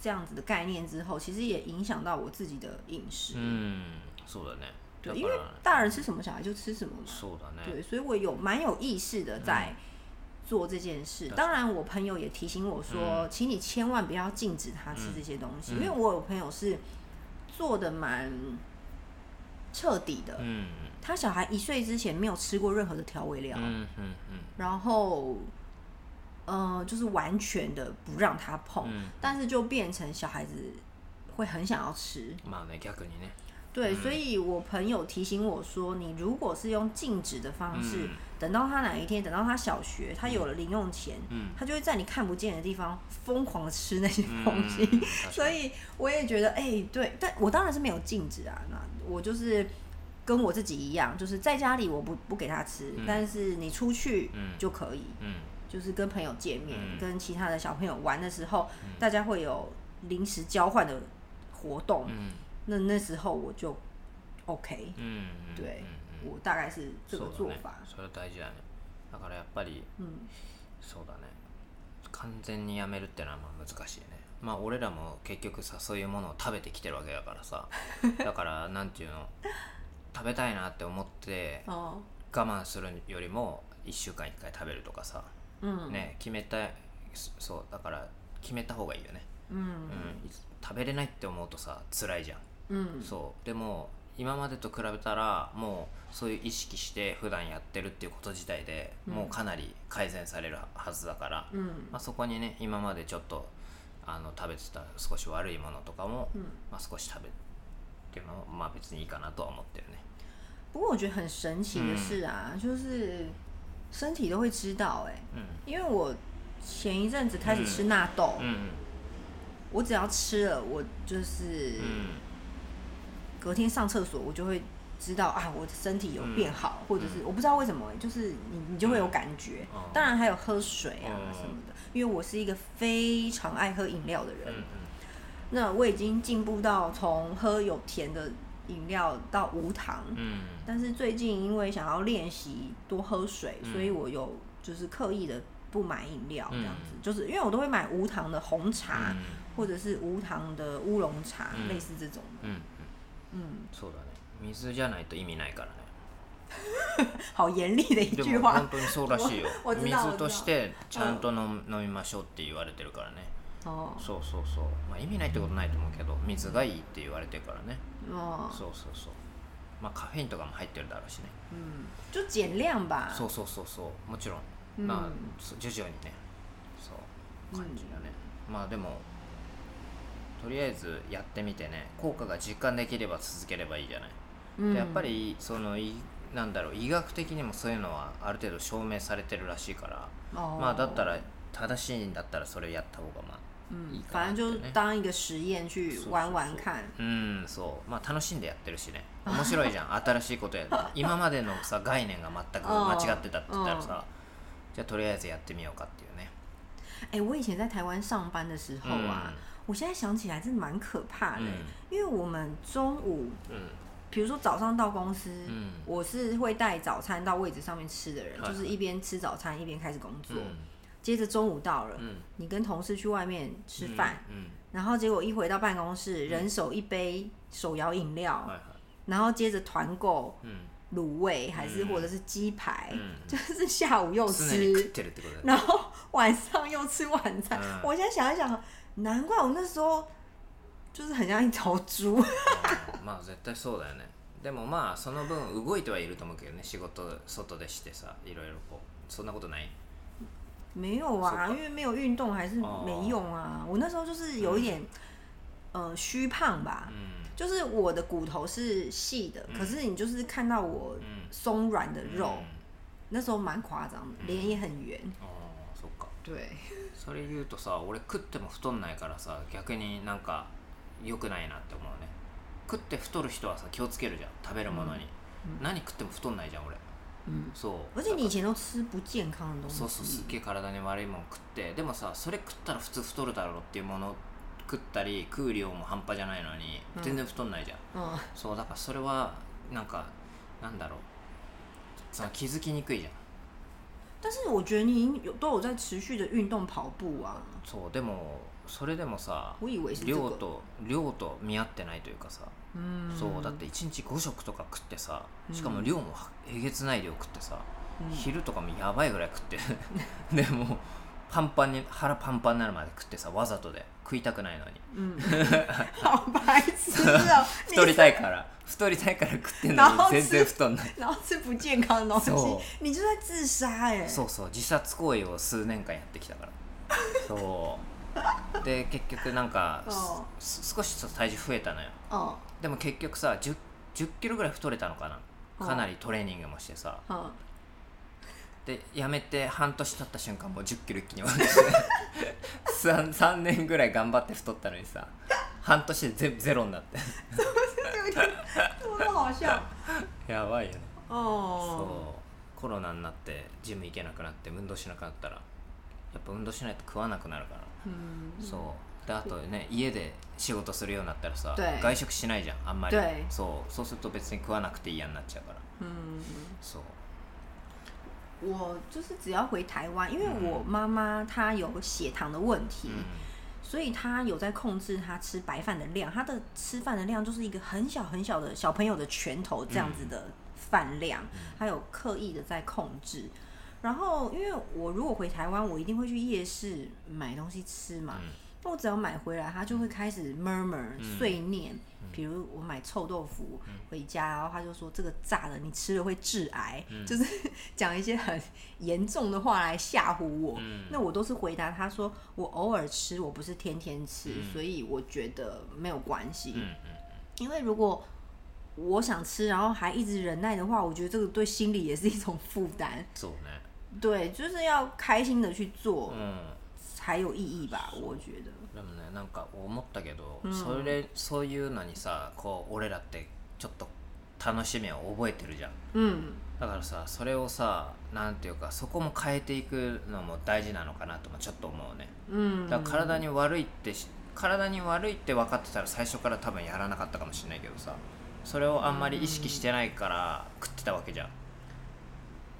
Speaker 1: 这样子的概念之后，其实也影响到我自己的饮食，
Speaker 2: うんそうだね
Speaker 1: 对，
Speaker 2: だ
Speaker 1: 因
Speaker 2: か
Speaker 1: 为
Speaker 2: ら
Speaker 1: 大人吃什么，小孩就吃什么嘛，
Speaker 2: そうだね
Speaker 1: 对，所以我有蛮有意识
Speaker 2: 嗯
Speaker 1: 的在做这件事。当然，我朋友也提醒我说，请你千万不要禁止他吃这些东西，
Speaker 2: 嗯
Speaker 1: 因为我有朋友是做的蛮彻底的，
Speaker 2: うん
Speaker 1: 他小孩一岁之前没有吃过任何的调味料，
Speaker 2: うんうん
Speaker 1: 然后。呃，就是完全的不让他碰，
Speaker 2: 嗯
Speaker 1: 但是就变成小孩子会很想要吃，
Speaker 2: うんまあね逆にね
Speaker 1: 对，所以我朋友提醒我说，你如果是用禁止的方式，
Speaker 2: 嗯
Speaker 1: 等到他哪一天，等到他小学，他有了零用钱，
Speaker 2: 嗯
Speaker 1: 他就会在你看不见的地方疯狂地吃那些
Speaker 2: うん
Speaker 1: 东西。
Speaker 2: 確
Speaker 1: 所
Speaker 2: かに
Speaker 1: 以我也觉得，哎、对，但我当然是没有禁止啊，那我就是跟我自己一样，就是在家里我不不给他吃，但是你出去
Speaker 2: 嗯
Speaker 1: 就可以，
Speaker 2: うん
Speaker 1: 就是跟朋友见面，
Speaker 2: 嗯
Speaker 1: 跟其他的小朋友玩的时候，大家会有临时交换的活动。
Speaker 2: うん
Speaker 1: 那那时候我就 OK，
Speaker 2: うんうん
Speaker 1: 对、
Speaker 2: うん
Speaker 1: 我大概是这
Speaker 2: そ
Speaker 1: 个
Speaker 2: う
Speaker 1: 做
Speaker 2: だね
Speaker 1: 法。
Speaker 2: それは大事だねだからやっぱり
Speaker 1: 嗯
Speaker 2: そうだね完全にやめるってのはまあ難しいねまあ俺らも結局さそういうものを食べてきてるわけだから *laughs* さだからなんていうの食べたいなって思って
Speaker 1: 哦
Speaker 2: 我慢するよりも1週間1回食べるとかさ、
Speaker 1: 嗯
Speaker 2: ね決めたそそうだから決めた方がいいよね、
Speaker 1: 嗯
Speaker 2: うん、いつ食べれないって思うとさ辛いじゃん
Speaker 1: 嗯
Speaker 2: そうでも今までと比べたらもうそういう意識して普段やってるっていうこと自体で、もうかなり改善されるはずだから、
Speaker 1: 嗯
Speaker 2: まあ、そこにね今までちょっとあの食べてた少し悪いものとかも、
Speaker 1: 嗯。
Speaker 2: まあ、少し食べてもまあ別にいいかなとは思ってるね
Speaker 1: 不过我觉得很神奇
Speaker 2: 嗯
Speaker 1: 的是啊，就是身体都会知道哎、
Speaker 2: 嗯
Speaker 1: 因为我前一阵子开始吃纳豆，
Speaker 2: うん
Speaker 1: 我只要吃了，我就是
Speaker 2: うん
Speaker 1: 隔天上厕所我就会知道啊，我的身体有变好，
Speaker 2: 嗯
Speaker 1: 或者是我不知道为什么、就是你你就会有感觉。
Speaker 2: 嗯
Speaker 1: 当然还有喝水啊
Speaker 2: 嗯
Speaker 1: 什么的，因为我是一个非常爱喝饮料的人。
Speaker 2: 嗯嗯
Speaker 1: 那我已经进步到从喝有甜的饮料到无糖，
Speaker 2: 嗯
Speaker 1: 但是最近因为想要练习多喝水，
Speaker 2: 嗯
Speaker 1: 所以我有就是刻意的不买饮料这
Speaker 2: 嗯
Speaker 1: 样子，就是因为我都会买无糖的红茶、
Speaker 2: うん
Speaker 1: 或者是无糖的乌龙茶，
Speaker 2: 嗯
Speaker 1: 类似这种的。
Speaker 2: うんうん
Speaker 1: 嗯，
Speaker 2: そうだね水じゃないと意味ないからね
Speaker 1: 好严厉的一
Speaker 2: で
Speaker 1: 句
Speaker 2: も
Speaker 1: 話
Speaker 2: 本当にそうらしいよ
Speaker 1: 我知道
Speaker 2: 水としてちゃんと飲む飲みましょうって言われてるからね *laughs*
Speaker 1: 哦，
Speaker 2: そうそうそう、まあ、意味ないってことないと思うけど水がいいって言われてるからね
Speaker 1: 哦，
Speaker 2: そうそうそうまあカフェインとかも入ってるだろうしね
Speaker 1: 嗯，就减量吧。嗯
Speaker 2: そうそうそうそうもちろん
Speaker 1: うん
Speaker 2: まあそ徐々にねそう感じだね、まあでもとりあえずやってみてね効果が実感できれば続ければいいじゃない、
Speaker 1: 嗯
Speaker 2: でやっぱりそのいなんだろう医学的にもそういうのはある程度証明されてるらしいから、
Speaker 1: 哦
Speaker 2: まあだったら正しいんだったらそれやった方がまあいい
Speaker 1: 嗯，
Speaker 2: かな
Speaker 1: 反
Speaker 2: って
Speaker 1: 正就是
Speaker 2: ね
Speaker 1: 当一个实验去
Speaker 2: そうそうそう
Speaker 1: 玩玩看。
Speaker 2: うんそうまあ楽しんでやってるしね面白いじゃん新しいことやって今までのさ概念が全く間違ってたって言ったらさじゃあとりあえずやってみようかっていうね
Speaker 1: 哎、我以前在台湾上班的时候啊，我现在想起来真的蛮可怕的，欸
Speaker 2: 嗯
Speaker 1: 因为我们中午，
Speaker 2: うん
Speaker 1: 比如说早上到公司，
Speaker 2: 嗯
Speaker 1: 我是会带早餐到位置上面吃的人，
Speaker 2: 嗨
Speaker 1: 就是一边吃早餐一边开始工
Speaker 2: う
Speaker 1: 作。
Speaker 2: ん
Speaker 1: 接着中午到了，
Speaker 2: うん
Speaker 1: 你跟同事去外面吃饭，
Speaker 2: うん
Speaker 1: 然后结果一回到办公
Speaker 2: 嗯
Speaker 1: 室，人手一杯手摇饮料，
Speaker 2: はいはい
Speaker 1: 然后接着团购
Speaker 2: うん
Speaker 1: 卤味还是
Speaker 2: 嗯
Speaker 1: 或者是鸡排，
Speaker 2: うん
Speaker 1: 就是下午又
Speaker 2: 常に食
Speaker 1: 吃，
Speaker 2: ってるってことだね
Speaker 1: 然后晚上又吃晚餐。
Speaker 2: 嗯
Speaker 1: 我现在想一想，难怪我那时候就是很像一头猪。
Speaker 2: うん *laughs* まあ絶対そうだよねでもまあその分動いてはいると思うけどね仕事外でしてさいろいろこうそんなことない
Speaker 1: 没有啊，因为没有运动还是
Speaker 2: 哦
Speaker 1: 没用啊。我那时候就是有一点，呃，虚胖吧，
Speaker 2: うん
Speaker 1: 就是我的骨头是细的，可是你就是看到我
Speaker 2: うん
Speaker 1: 松软的肉，
Speaker 2: うん
Speaker 1: 那时候蛮夸张的，脸也很圆。
Speaker 2: ああそっか
Speaker 1: 对，
Speaker 2: それ言うとさ俺食っても太んないからさ逆になんか良くないなって思うね食って太る人はさ気をつけるじゃん食べるものに、何食っても太んないじゃん俺
Speaker 1: 嗯，
Speaker 2: そう
Speaker 1: 而且你以前
Speaker 2: だか
Speaker 1: 都吃不健康的东
Speaker 2: ら
Speaker 1: 西，
Speaker 2: そうそうすっげえ体に悪いもん食ってでもさそれ食ったら普通太るだろうっていうもの食ったり食う量も半端じゃないのに
Speaker 1: うん
Speaker 2: 全然太んないじゃん、
Speaker 1: 嗯
Speaker 2: そうだからそれはなんかなんだろうその気づきにくいじゃん
Speaker 1: 但是我觉得你有都有在持续的运动跑步啊，
Speaker 2: そうでもそれでもさ
Speaker 1: 我以为是这
Speaker 2: 量
Speaker 1: 个，
Speaker 2: と量と見合ってないというかさ
Speaker 1: 嗯，
Speaker 2: そうだって1日5食とか食ってさしかも量もはえげつない量食ってさ、
Speaker 1: 嗯
Speaker 2: *laughs* 昼とかもやばいぐらい食って *laughs* でもうパンパンに腹パンパンになるまで食ってさわざとで食いたくないのに
Speaker 1: 嗯， *laughs* 好白痴哦、你
Speaker 2: 太りたいから太りたいから食ってんのに
Speaker 1: なお
Speaker 2: 全然
Speaker 1: *laughs*
Speaker 2: 太んない
Speaker 1: 然后吃不健康的
Speaker 2: そ
Speaker 1: 东
Speaker 2: う
Speaker 1: 西，你就在自杀哎、
Speaker 2: そうそう自殺行為を数年間やってきたからそうで結局なんか
Speaker 1: そ
Speaker 2: す少しずつ体重増えたのよ
Speaker 1: 哦，
Speaker 2: でも結局さ1 0キロぐらい太れたのかなかなりトレーニングもしてさ
Speaker 1: *laughs* 嗯，
Speaker 2: でやめて半年経った瞬間もう1 0キロ一気に落 *laughs* ちて 3, 3年ぐらい頑張って太ったのにさ半年で全部ゼロになって
Speaker 1: 有点怎么那么好笑
Speaker 2: やばいよね
Speaker 1: 哦？
Speaker 2: そうコロナになってジム行けなくなって運動しなくなったらやっぱ運動しないと食わなくなるから、
Speaker 1: 嗯，
Speaker 2: そうであとね家で仕事するようになったらさ
Speaker 1: 对
Speaker 2: 外食しないじゃんあんまり
Speaker 1: 对
Speaker 2: そうそうすると別に食わなくて嫌になっちゃうから
Speaker 1: 嗯，
Speaker 2: そう
Speaker 1: 我就是只要回台湾，因为我妈妈她有血糖的问题，
Speaker 2: う
Speaker 1: 所以她有在控制她吃白饭的量，她的吃饭的量就是一个很小很小的小朋友的拳头这样子的
Speaker 2: 嗯
Speaker 1: 饭量，还有刻意的在控制。然后，因为我如果回台湾，我一定会去夜市买东西吃嘛。
Speaker 2: 嗯
Speaker 1: 那我只要买回来，他就会开始 murmur 碎念，
Speaker 2: 嗯
Speaker 1: 比如我买臭豆腐回家，然后他就说这个炸的你吃了会致癌，
Speaker 2: 嗯
Speaker 1: 就是 *laughs* 讲一些很严重的话来吓唬我。
Speaker 2: 嗯
Speaker 1: 那我都是回答他说我偶尔吃，我不是天天吃，
Speaker 2: 嗯
Speaker 1: 所以我觉得没有关系。
Speaker 2: んうん
Speaker 1: 因为如果我想吃，然后还一直忍耐的话，我觉得这个对心理也是一种负担。
Speaker 2: そうね
Speaker 1: 对，就是要开心的去做
Speaker 2: うん
Speaker 1: 才有意义吧，我觉得。
Speaker 2: でもねなんか思ったけど、それそれそういうのにさこう俺らってちょっと楽しみを覚えてるじゃん
Speaker 1: うん
Speaker 2: だからさそれをさなんていうかそこも変えていくのも大事なのかなともちょっと思うね
Speaker 1: うん
Speaker 2: だから体に悪いってし体に悪いって分かってたら最初から多分やらなかったかもしれないけどさそれをあんまり意識してないから食ってたわけじゃん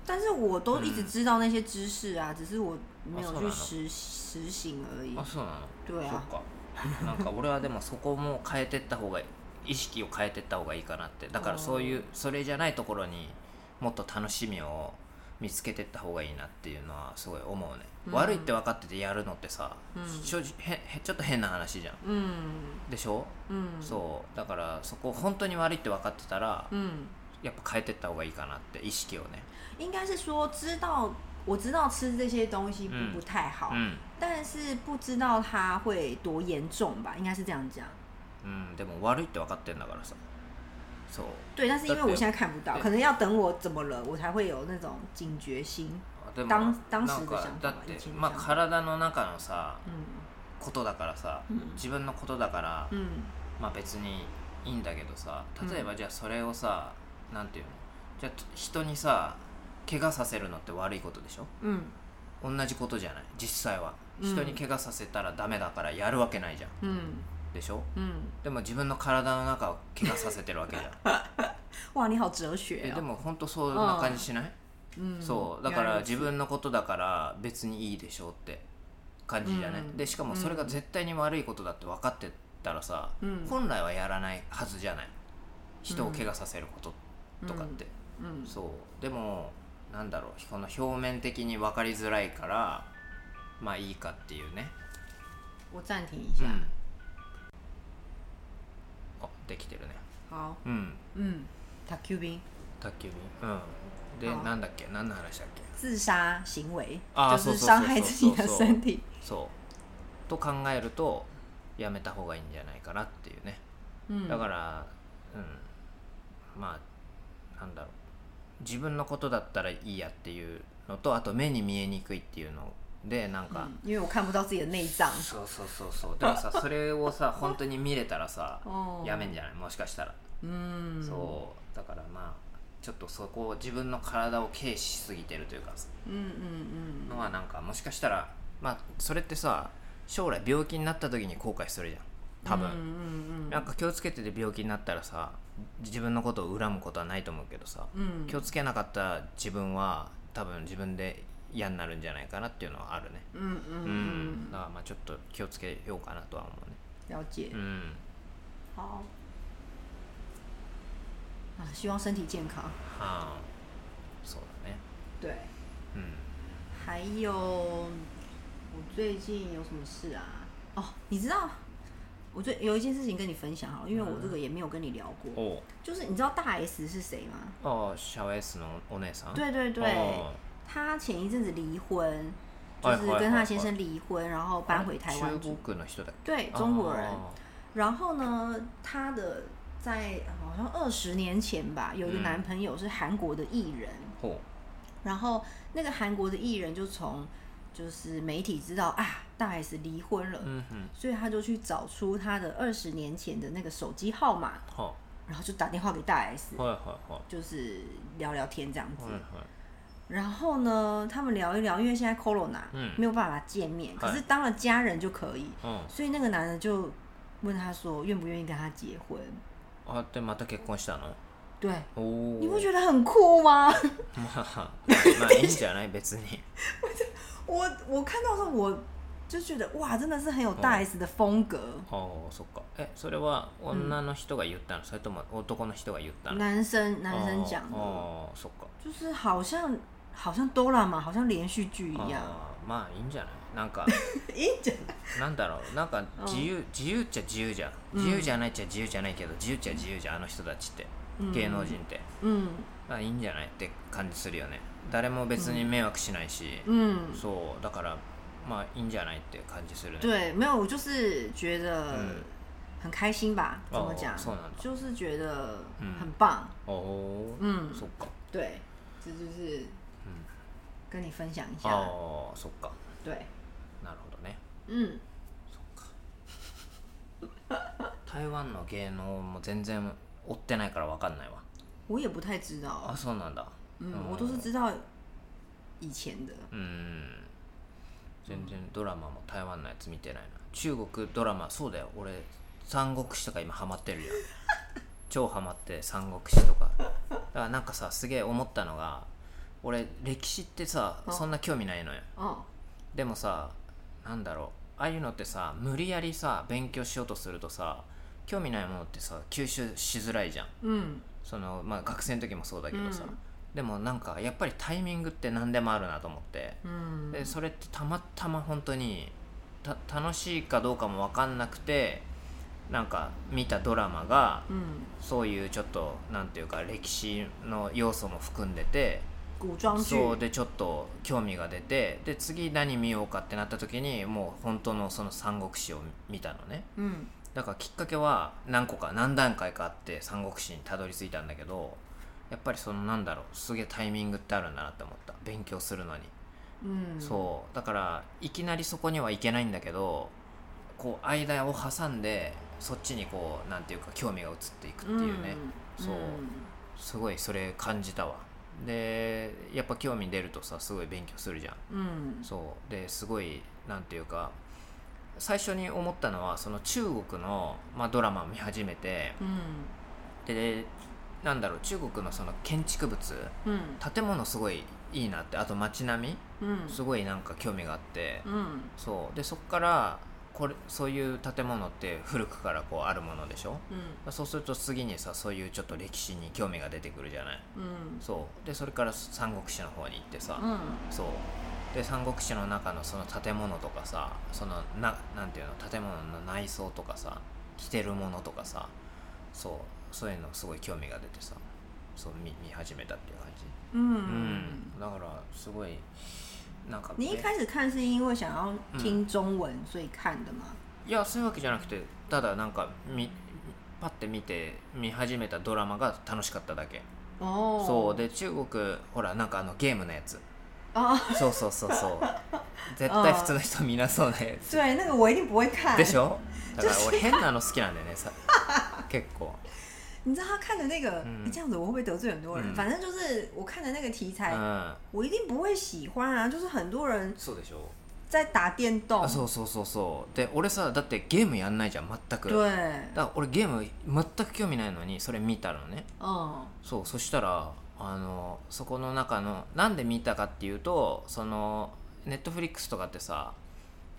Speaker 1: 但是我都一
Speaker 2: 嗯
Speaker 1: 直知道那些知识啊，只是我没
Speaker 2: 啊
Speaker 1: 有
Speaker 2: そう
Speaker 1: 去
Speaker 2: なの
Speaker 1: 实实行而已
Speaker 2: あ。そうなの
Speaker 1: 对啊
Speaker 2: そっかなんか俺はでもそこも変えてった方が意識を変えてった方がいいかなってだからそういうそれじゃないところにもっと楽しみを見つけてった方がいいなっていうのはすごい思うね、
Speaker 1: うん
Speaker 2: 悪いって分かっててやるのってさ、
Speaker 1: うん
Speaker 2: 正直へへちょっと変な話じゃん
Speaker 1: 嗯
Speaker 2: でしょ、
Speaker 1: 嗯，
Speaker 2: そうだからそこ本当に悪いって分かってたら、
Speaker 1: 嗯，
Speaker 2: やっぱ変えてった方がいいかなって意識をね
Speaker 1: 应该是说知道，我知道吃这些东西
Speaker 2: 嗯
Speaker 1: 不不太好，
Speaker 2: うん、
Speaker 1: 但是不知道它会多严重吧，应该是这样讲。
Speaker 2: うん、でも悪いって分かってんだからさそう
Speaker 1: 对，但是因为
Speaker 2: だって
Speaker 1: 我现在看不到，
Speaker 2: 对
Speaker 1: 可能要等我怎么了，我才会有那种警觉心。
Speaker 2: でも
Speaker 1: 当当時
Speaker 2: な
Speaker 1: の
Speaker 2: んか
Speaker 1: 想法
Speaker 2: だっ
Speaker 1: 以前
Speaker 2: て
Speaker 1: の
Speaker 2: まあ
Speaker 1: 想法
Speaker 2: 体の中のさ
Speaker 1: 嗯
Speaker 2: ことだからさ、
Speaker 1: うん
Speaker 2: 自分のことだから、
Speaker 1: 嗯
Speaker 2: まあ別にいいんだけどさ例えばじゃあそれをさ、なんていうのじゃあ人にさ怪我させるのって悪いことでしょ
Speaker 1: 嗯
Speaker 2: 同じことじゃない実際は
Speaker 1: うん
Speaker 2: 人に怪我させたらダメだからやるわけないじゃん
Speaker 1: 嗯
Speaker 2: でしょ
Speaker 1: 嗯，
Speaker 2: でも自分の体の中を怪我させてるわけじゃん
Speaker 1: *laughs* 哇，你好哲学
Speaker 2: えで
Speaker 1: 哦。
Speaker 2: も本当そんな感じしない、
Speaker 1: 嗯，
Speaker 2: そうだ
Speaker 1: 原
Speaker 2: か
Speaker 1: 来如此
Speaker 2: ら自分のことだから別にいいでしょうって感じじゃね、
Speaker 1: うん
Speaker 2: でしかもそれが絶対に悪いことだって分かってたらさ、
Speaker 1: うん
Speaker 2: 本来はやらないはずじゃない人を怪我させることとかって、
Speaker 1: 嗯
Speaker 2: そうでもなんだろうこの表面的に分かりづらいからまあいいかっていうね、
Speaker 1: 我暂停一下。
Speaker 2: あできてるね
Speaker 1: 好，
Speaker 2: うん
Speaker 1: 嗯，塔 Q 兵
Speaker 2: 宅急便うんで
Speaker 1: 好
Speaker 2: なんだっけ何の話だっけ
Speaker 1: 自杀行为
Speaker 2: 啊
Speaker 1: 就是
Speaker 2: そうそうそうそう
Speaker 1: 伤害自己的身体。
Speaker 2: そうと考えるとやめた方がいいんじゃないかなっていうね
Speaker 1: 嗯，
Speaker 2: だから、うん、まあなんだろう自分のことだったらいいやっていうのとあと目に見えにくいっていうのでなんか、
Speaker 1: 嗯因为我看不到自己的内脏。
Speaker 2: そうそうそうそうでも *laughs* さそれをさ本当に見れたらさ
Speaker 1: 哦
Speaker 2: やめんじゃないもしかしたら、
Speaker 1: 嗯，
Speaker 2: そうだからまあちょっとそこを自分の体を軽視しすぎてるというかさ
Speaker 1: 嗯嗯嗯，
Speaker 2: のはなんかもしかしたらまあそれってさ将来病気になった時に後悔するじゃん多分、
Speaker 1: 嗯嗯
Speaker 2: なんか気をつけてて病気になったらさ自分のことを恨むことはないと思うけどさ、
Speaker 1: 嗯
Speaker 2: 気をつけなかった自分は多分自分で嫌になるんじゃないかなっていうのはあるね
Speaker 1: 嗯
Speaker 2: う
Speaker 1: 嗯
Speaker 2: ん、
Speaker 1: 嗯，
Speaker 2: だからまあちょっと気をつけようかなとは思うね
Speaker 1: 了解
Speaker 2: う。ん
Speaker 1: 好。啊，希望身体健康。
Speaker 2: はあそうだね
Speaker 1: 对，嗯
Speaker 2: うん
Speaker 1: 还有我最近有什么事啊？哦，你知道，我最有一件事情跟你分享好了，因为我这个也没有跟你聊过。
Speaker 2: おう
Speaker 1: 就是你知道大 S 是谁吗？
Speaker 2: ああシャワー S のお姉さん
Speaker 1: 对对对
Speaker 2: おう
Speaker 1: 她前一阵子离婚，就
Speaker 2: 哎
Speaker 1: 是
Speaker 2: 哎
Speaker 1: 跟
Speaker 2: 哎
Speaker 1: 她先生离婚，然后搬回台湾
Speaker 2: 中
Speaker 1: 住。
Speaker 2: 国の人だっ
Speaker 1: 对，
Speaker 2: け
Speaker 1: 中国人。
Speaker 2: ああ
Speaker 1: 然后呢，她的在呃好像二十年前吧，有一个
Speaker 2: 嗯
Speaker 1: 男朋友是韩国的艺人，
Speaker 2: ほ
Speaker 1: 然后那个韩国的艺人就从就是媒体知道啊，大 S 离婚了
Speaker 2: う。うんうん
Speaker 1: 所以他就去找出他的二十年前的那个手机号码，
Speaker 2: は
Speaker 1: 然后就打电话给大 S，
Speaker 2: あはいはいはい
Speaker 1: 就是聊聊天这样子。
Speaker 2: はいはい
Speaker 1: 然后呢，他们聊一聊，因为现在 corona、
Speaker 2: 嗯
Speaker 1: 没有办法见面，
Speaker 2: 嗨
Speaker 1: 可是当了家人就可以。
Speaker 2: うん
Speaker 1: 所以那个男的就问他说，愿不愿意跟他结婚？
Speaker 2: あでまた結婚したの
Speaker 1: 对，
Speaker 2: おお
Speaker 1: 你不觉得很酷吗？
Speaker 2: *laughs*
Speaker 1: *laughs*
Speaker 2: まあまあいいんじゃない別に
Speaker 1: 我我看到的时候，我就觉得哇，真的是
Speaker 2: 哦
Speaker 1: 很有大 S 的风格。
Speaker 2: ああそっかえそれは女の人が言ったの、それとも男の人が言ったの
Speaker 1: 男生男生讲
Speaker 2: あ
Speaker 1: 的，
Speaker 2: あああそっか
Speaker 1: 就是好像好像 Dora 嘛，好像连续剧一样。 *laughs*
Speaker 2: ああまあいいんじゃないなん *laughs* か
Speaker 1: いいんじゃ
Speaker 2: なんだろうなんか自由、自由っちゃ自由じゃん自由じゃないっちゃ自由じゃないけど、自由っちゃ自由じゃんあの人たちって
Speaker 1: うん
Speaker 2: 芸能人って、
Speaker 1: 嗯
Speaker 2: まあいいんじゃないって感じするよね誰も別に迷惑しないし、
Speaker 1: 嗯，
Speaker 2: そうだからまあいいんじゃないって感じするね
Speaker 1: 对，没有，我就是觉得
Speaker 2: 嗯
Speaker 1: 很开心吧？怎么
Speaker 2: 哦
Speaker 1: 讲
Speaker 2: そうなん？だ
Speaker 1: 就是觉得
Speaker 2: 嗯
Speaker 1: 很棒。
Speaker 2: おおー、
Speaker 1: 嗯，
Speaker 2: そっか
Speaker 1: 对，这就是
Speaker 2: 嗯
Speaker 1: 跟你分享一下。
Speaker 2: ああそっか
Speaker 1: 对，
Speaker 2: なるほどね
Speaker 1: 嗯，
Speaker 2: 台湾の芸能も全然追ってないから分かんないわ
Speaker 1: 我也不太知道
Speaker 2: あ。そうなんだ
Speaker 1: 嗯，我都是知道以前的。
Speaker 2: うん全然ドラマも台湾のやつ見てないな中国ドラマそうだよ俺「三国志」とか今ハマって *laughs* るやん超ハマって「三国志」とかだからなんかさすげえ思ったのが俺歴史ってさ
Speaker 1: あ
Speaker 2: そんな興味ないのよ
Speaker 1: 嗯
Speaker 2: でもさなんだろうああいうのってさ無理やりさ勉強しようとするとさ興味ないものってさ吸収しづらいじゃん
Speaker 1: 嗯
Speaker 2: その、まあ、学生の時もそうだけどさ、
Speaker 1: うん
Speaker 2: でもなんかやっぱりタイミングって何でもあるなと思って
Speaker 1: 嗯
Speaker 2: でそれってたまたま本当にた楽しいかどうかも分かんなくてなんか見たドラマが
Speaker 1: 嗯，
Speaker 2: そういうちょっとなんていうか歴史の要素も含んでて
Speaker 1: 古装剧。
Speaker 2: そうでちょっと興味が出てで次何見ようかってなった時にもう本当のその「三国志」を見たのね
Speaker 1: 嗯
Speaker 2: だからきっかけは何個か何段階かあって「三国志」にたどり着いたんだけどやっぱりそのなんだろうすげえタイミングってあるんだなって思った勉強するのに。
Speaker 1: 嗯，
Speaker 2: そうだからいきなりそこにはいけないんだけどこう間を挟んでそっちにこうなんていうか興味が移っていくっていうね、
Speaker 1: 嗯
Speaker 2: そう
Speaker 1: 嗯
Speaker 2: すごいそれ感じたわでやっぱ興味出るとさすごい勉強するじゃん
Speaker 1: 嗯
Speaker 2: そうですごいなんていうか最初に思ったのはその中国の、まあ、ドラマを見始めて
Speaker 1: 嗯
Speaker 2: でなんだろう中国のその建築物
Speaker 1: 嗯
Speaker 2: 建物すごいいいなってあと街並み
Speaker 1: 嗯
Speaker 2: すごいなんか興味があって、
Speaker 1: 嗯
Speaker 2: そうでそこからこれそういう建物って古くからこうあるものでしょ
Speaker 1: 嗯
Speaker 2: そうすると次にさそういうちょっと歴史に興味が出てくるじゃない
Speaker 1: 嗯
Speaker 2: そうでそれから三国志の方に行ってさ、
Speaker 1: 嗯
Speaker 2: そうで三国志の中のその建物とかさそのななんていうの建物の内装とかさ着てるものとかさそうそういうのすごい興味が出てさそう見見始めたっていう感じ
Speaker 1: 嗯。
Speaker 2: だからすごいなんか
Speaker 1: 你一开始看是因为想要听中文、所以看的吗？
Speaker 2: いやそういうわけじゃなくてただなんかみパッて見て見始めたドラマが楽しかっただけ
Speaker 1: 哦，
Speaker 2: そうで中国ほらなんかあのゲームのやつ
Speaker 1: 啊，
Speaker 2: そうそうそう *laughs* そう絶対普通の人見なそうなや
Speaker 1: *laughs*
Speaker 2: つ
Speaker 1: 对，那个我一定不会看。
Speaker 2: でしょだから俺変なの好きなんだよねさ *laughs* 結構
Speaker 1: 你知道他看的那个，
Speaker 2: 嗯
Speaker 1: 诶这样子我会不会得罪很多人？
Speaker 2: 嗯
Speaker 1: 反正就是我看的那个题
Speaker 2: う
Speaker 1: 材，
Speaker 2: ん
Speaker 1: 我一定不会喜欢啊。就是很多人
Speaker 2: そうでしょ
Speaker 1: 在打电动
Speaker 2: あ，そうそうそうそうで俺さだってゲームやんないじゃん全くだか
Speaker 1: 对，
Speaker 2: ら俺ゲーム全く興味ないのにそれ見たのね
Speaker 1: 嗯
Speaker 2: そうそしたらあのそこの中のなんで見たかっていうとそのネットフリックスとかってさ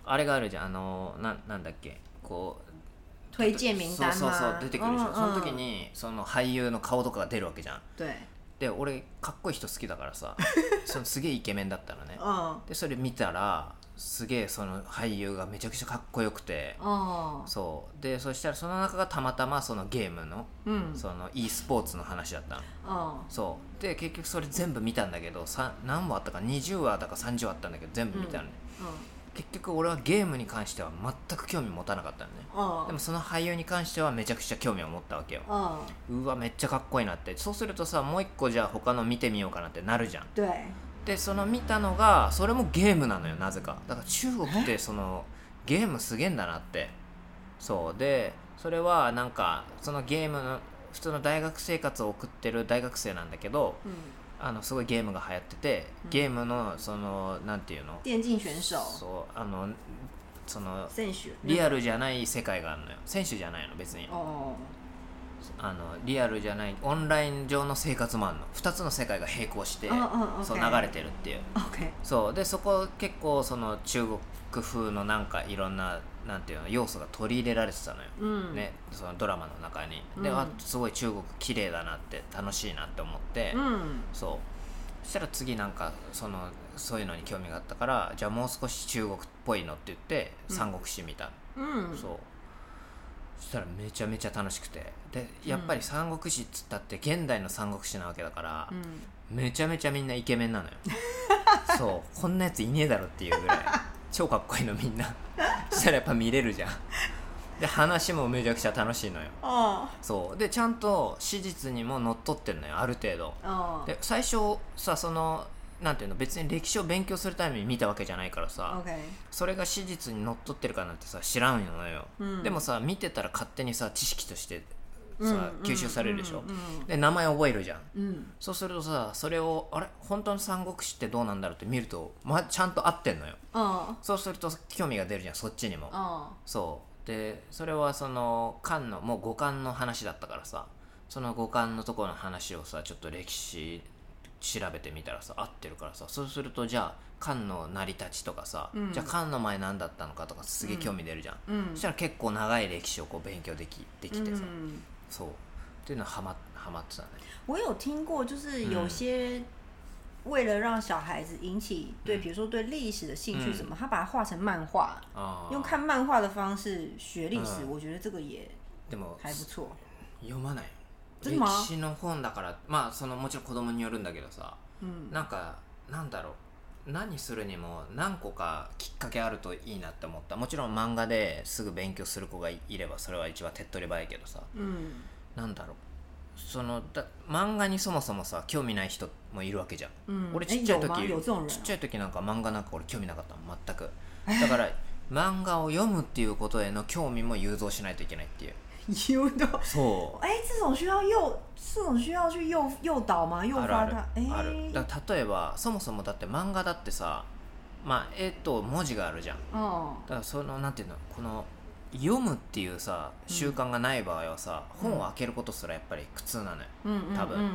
Speaker 2: あれがあるじゃんあのななんだっけこう
Speaker 1: 推荐名单吗？
Speaker 2: そうそうそう出てくるでしょ、
Speaker 1: 嗯
Speaker 2: その時
Speaker 1: 嗯
Speaker 2: にその俳優の顔とかが出るわけじゃん
Speaker 1: 对，
Speaker 2: で俺かっこいい人好きだからさそのすげえイケメンだったのね
Speaker 1: 嗯
Speaker 2: でそれ見たらすげえその俳優がめちゃくちゃかっこよくて
Speaker 1: 哦，
Speaker 2: そうでそしたらその中がたまたまそのゲームの
Speaker 1: 嗯
Speaker 2: その e スポーツの話だったの
Speaker 1: 嗯
Speaker 2: そうで結局それ全部見たんだけどさ何話あったか20話だか30話あったんだけど全部見たのね、
Speaker 1: 嗯
Speaker 2: 結局俺はゲームに関しては全く興味持たなかったのねで
Speaker 1: 嗯
Speaker 2: もその俳優に関してはめちゃくちゃ興味を持ったわけよ
Speaker 1: 嗯，
Speaker 2: うわめっちゃかっこいいなってそうするとさもう一個じゃあ他の見てみようかなってなるじゃん
Speaker 1: 对，
Speaker 2: でその見たのがそれもゲームなのよなぜかだから中国ってそのゲームすげえんだなってそうでそれはなんかそのゲームの普通の大学生活を送ってる大学生なんだけど
Speaker 1: 嗯，
Speaker 2: あのすごいゲームが流行ってて
Speaker 1: うん
Speaker 2: ゲームのそのなんていうの
Speaker 1: 电竞选手嗯
Speaker 2: そうあのその
Speaker 1: 选手，
Speaker 2: リアルじゃない世界があるのよ選手じゃないの別に
Speaker 1: 哦，
Speaker 2: あのリアルじゃないオンライン上の生活もあるの2つの世界が並行して
Speaker 1: うんうんうん
Speaker 2: そう
Speaker 1: 哦 OK
Speaker 2: 流れてるっていう
Speaker 1: OK，
Speaker 2: そうでそこ結構その中国風のなんかいろんななんていうの要素が取り入れられてたのよ、
Speaker 1: 嗯，
Speaker 2: ね、そのドラマの中にで、
Speaker 1: うん
Speaker 2: あすごい中国綺麗だなって楽しいなって思って、
Speaker 1: 嗯
Speaker 2: そうそしたら次なんかそのそういうのに興味があったからじゃあもう少し中国っぽいのって言って「
Speaker 1: うん
Speaker 2: 三国志」見たの、
Speaker 1: 嗯，
Speaker 2: そうそしたらめちゃめちゃ楽しくてでやっぱり三国志っつったって現代の三国志なわけだから、
Speaker 1: 嗯，
Speaker 2: めちゃめちゃみんなイケメンなのよそうこんなやついねえだろっていうぐらい超かっこいいのみんなそしたらやっぱ見れるじゃんで話もめちゃくちゃ楽しいのよ
Speaker 1: 哦
Speaker 2: そうでちゃんと史実にものっとってんのよある程度
Speaker 1: 哦
Speaker 2: で最初さそのなんていうの別に歴史を勉強するために見たわけじゃないからさ、
Speaker 1: ，OK，
Speaker 2: それが史実にのっとってるかなんてさ知らんのよ、
Speaker 1: うん
Speaker 2: でもさ見てたら勝手にさ知識としてさ、
Speaker 1: 嗯
Speaker 2: 吸収されるでしょ、
Speaker 1: う
Speaker 2: で名前覚えるじゃん
Speaker 1: んうんうん
Speaker 2: そうするとさそれをあれ本当の三国志ってどうなんだろうって見ると、ま、ちゃんと合ってんのよ
Speaker 1: あ
Speaker 2: そうすると興味が出るじゃんそっちにも
Speaker 1: あ
Speaker 2: そうでそれはその漢のもう五感の話だったからさその五感のところの話をさちょっと歴史調べてみたらさ合ってるからさそうするとじゃあ漢の成り立ちとかさ、
Speaker 1: うん
Speaker 2: じゃあ漢の前何だったのかとかすげえ興味出るじゃん、
Speaker 1: うん
Speaker 2: そしたら結構長い歴史をこう勉強できできてさ、
Speaker 1: うん
Speaker 2: そうっていうのはハマハマってたね
Speaker 1: 我有听过，就是
Speaker 2: 嗯
Speaker 1: 有些为了让小孩子引起对，
Speaker 2: 嗯
Speaker 1: 比如说对历史的兴趣
Speaker 2: 嗯
Speaker 1: 什么，他把它画成漫画，
Speaker 2: あ
Speaker 1: 用
Speaker 2: あ
Speaker 1: 看漫画的方式学历史，
Speaker 2: 嗯
Speaker 1: 我觉得这个也
Speaker 2: でも
Speaker 1: 还不错。
Speaker 2: 読まない
Speaker 1: で
Speaker 2: 歴
Speaker 1: も
Speaker 2: 史の本だからまあそのもちろん子供によるんだけどさ
Speaker 1: 嗯
Speaker 2: なんかなんだろう何するにも何個かきっかけあるといいなって思ったもちろん漫画ですぐ勉強する子がいいればそれは一番手っ取り早いけどさ
Speaker 1: 嗯
Speaker 2: なんだろうそのだ漫画にそもそもさ興味ない人もいるわけじゃん
Speaker 1: 嗯，
Speaker 2: 俺
Speaker 1: 哎
Speaker 2: ちっちゃい
Speaker 1: 有
Speaker 2: 時、
Speaker 1: 吗？有这种人
Speaker 2: ち
Speaker 1: 哦
Speaker 2: っ？ちゃい時なんか漫画なんか俺興味なかったもん全くだ
Speaker 1: *laughs*
Speaker 2: から漫画を読むっていうことへの興味も誘導しないといけないっていう
Speaker 1: *laughs* 有的。
Speaker 2: そ
Speaker 1: 哦哎，这种需要诱，这种需要去诱诱导吗？诱
Speaker 2: うあるあ
Speaker 1: 发
Speaker 2: る
Speaker 1: 他？
Speaker 2: あ
Speaker 1: 哎，
Speaker 2: るだから例えばそもそもだって漫画だってさまあ絵と文字があるじゃん
Speaker 1: 哦，
Speaker 2: だからそのなんていうのこの読むっていうさ習慣がない場合はさ、本を開けることすらやっぱり苦痛なのよだか
Speaker 1: 嗯嗯
Speaker 2: 多分
Speaker 1: 嗯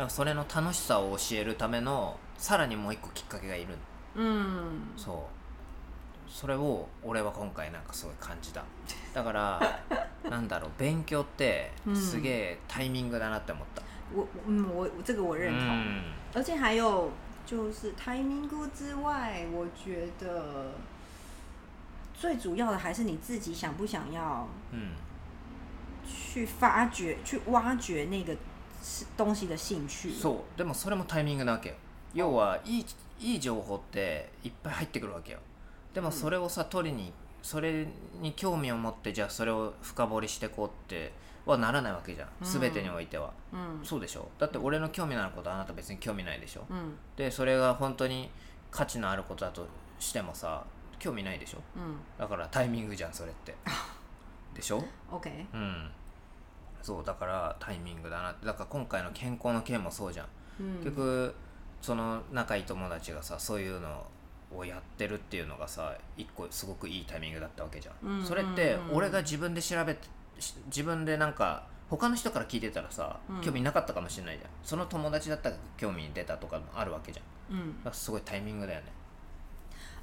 Speaker 2: らそれの楽しさを教えるためのさらにもう一個きっかけがいる
Speaker 1: 嗯，
Speaker 2: そうそれを俺は今回なんかすごい感じただから *laughs* なんだろう勉強って
Speaker 1: うん
Speaker 2: すげえタイミングだなって思った、
Speaker 1: 我嗯我我这个我认同。
Speaker 2: うん
Speaker 1: 而且还有就是台民歌之外，我觉得最主要的还是你自己想不想要
Speaker 2: うん
Speaker 1: 去发掘、去挖掘那个是东西的兴趣。
Speaker 2: そうでもそれもタイミングなわけよ要はいいいい情報っていっぱい入ってくるわけよでもそれをさ取りにそれに興味を持ってじゃあそれを深掘りしてこうってはならないわけじゃん
Speaker 1: うん
Speaker 2: 全てにおいては、
Speaker 1: 嗯
Speaker 2: そうでしょだって俺の興味のあることはあなた別に興味ないでしょ
Speaker 1: 嗯
Speaker 2: でそれが本当に価値のあることだとしてもさ興味ないでしょ
Speaker 1: 嗯
Speaker 2: だからタイミングじゃんそれって
Speaker 1: *laughs*
Speaker 2: でしょ
Speaker 1: ，OK，
Speaker 2: うんそうだからタイミングだなってだから今回の健康の件もそうじゃん
Speaker 1: 嗯
Speaker 2: 結局その仲いい友達がさそういうのをやってるっていうのがさ一個すごくいいタイミングだったわけじゃん,、
Speaker 1: うんうんうん
Speaker 2: それって俺が自分で調べてし自分でなんか他の人から聞いてたらさ
Speaker 1: うん
Speaker 2: 興味なかったかもしれないじゃん、その友達だったら興味出たとかもあるわけじゃん
Speaker 1: 嗯。
Speaker 2: だからすごいタイミングだよね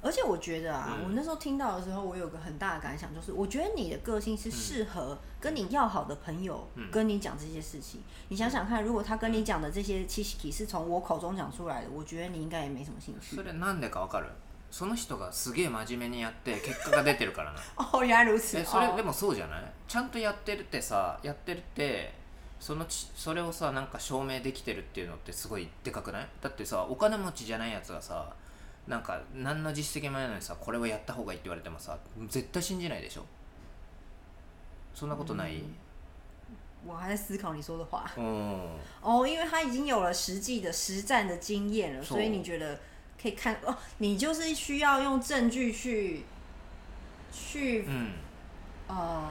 Speaker 1: 而且我觉得啊，
Speaker 2: 嗯
Speaker 1: 我那时候听到的时候，我有个很大的感想，就是我觉得你的个性是适合跟你要好的朋友
Speaker 2: 嗯
Speaker 1: 跟你讲这些事情。你想想看，如果他跟你讲的这些七喜体是从我口中讲出来的，我觉得你应该也没什么兴趣
Speaker 2: そ。れなんでかわかるその人がすげえ真面目にやって結果が出てるからな
Speaker 1: 哦，原来如此。
Speaker 2: えそれで
Speaker 1: 哦，
Speaker 2: もそうじゃないちゃんとやってるってさやってるってそのちそれをさなんか証明できてるっていうのってすごいでかくないだってさお金持ちじゃないやつがさなんか何の実績もないのにさこれをやった方がいいって言われてもさ絶対信じないでしょそんなことない
Speaker 1: 我还在思考你说的话。
Speaker 2: うん
Speaker 1: 哦，因为他已经有了实际的实战的经验了，
Speaker 2: 是
Speaker 1: 所以你觉得可以看哦，你就是需要用证据去去
Speaker 2: うん
Speaker 1: 呃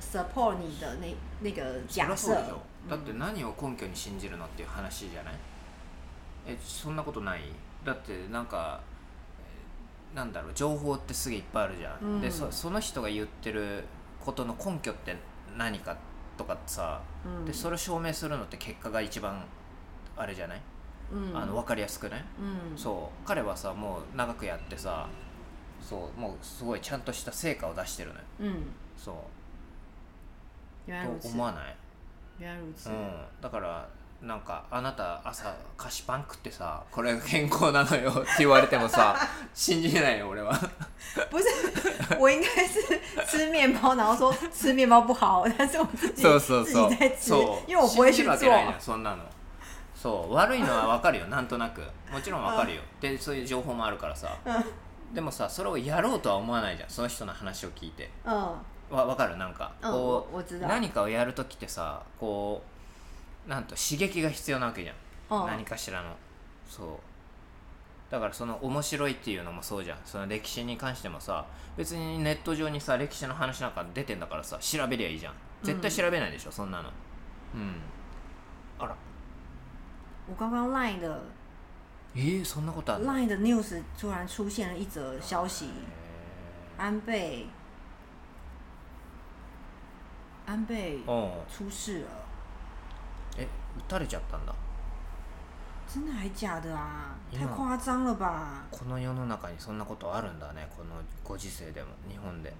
Speaker 1: support 你的那那个
Speaker 2: そり
Speaker 1: 假
Speaker 2: ゃそう
Speaker 1: 设
Speaker 2: でし。ょだって何を根拠に信じるのっていう話じゃないえそんなことないだってなんかえなんだろう情報ってすげえいっぱいあるじゃん、
Speaker 1: うん
Speaker 2: でそその人が言ってることの根拠って何かとかさ、
Speaker 1: 嗯
Speaker 2: でそれを証明するのって結果が一番あれじゃない、
Speaker 1: 嗯
Speaker 2: あの分かりやすくない、
Speaker 1: 嗯
Speaker 2: そう彼はさもう長くやってさそうもうすごいちゃんとした成果を出してるのよ
Speaker 1: 嗯，
Speaker 2: そう
Speaker 1: 原来如
Speaker 2: と
Speaker 1: 此
Speaker 2: 思，わない
Speaker 1: 原来如此。
Speaker 2: うん、だからなんかあなた朝菓子パン食ってさこれが健康なのよって言われてもさ信じないよ俺は
Speaker 1: 不是， *laughs* 我应该是吃面包，然后说吃面包不好，但是我自己
Speaker 2: そうそうそう
Speaker 1: 自己在吃
Speaker 2: そ，う
Speaker 1: 因为我不会
Speaker 2: 信じ
Speaker 1: 去
Speaker 2: る
Speaker 1: 做
Speaker 2: わ。けないのよそんなのそう悪いのは分かるよなんとなくもちろん分かるよでそういう情報もあるからさでもさそれをやろうとは思わないじゃんその人の話を聞いて
Speaker 1: 嗯
Speaker 2: わ分かるなんか
Speaker 1: 嗯，
Speaker 2: こ
Speaker 1: 我我知
Speaker 2: う
Speaker 1: 道。
Speaker 2: 何かをやるときってさこうなんと刺激が必要なわけじゃん何
Speaker 1: 嗯
Speaker 2: かしらのそうだからその面白いっていうのもそうじゃんその歴史に関してもさ別にネット上にさ歴史の話なんか出てんだからさ調べりゃいいじゃん絶対調べないでしょ、そんなのうんあら
Speaker 1: 我刚刚 LINE 的
Speaker 2: えー、そんなことあるの
Speaker 1: LINE 的 news 突然出现了一则消息，安倍安倍
Speaker 2: うん
Speaker 1: 出事了，
Speaker 2: え撃たれちゃったんだ
Speaker 1: 真的还假的啊？
Speaker 2: 嗯
Speaker 1: 太夸张了吧！
Speaker 2: この世の中にそんなことあるんだねこのご時世でも日本で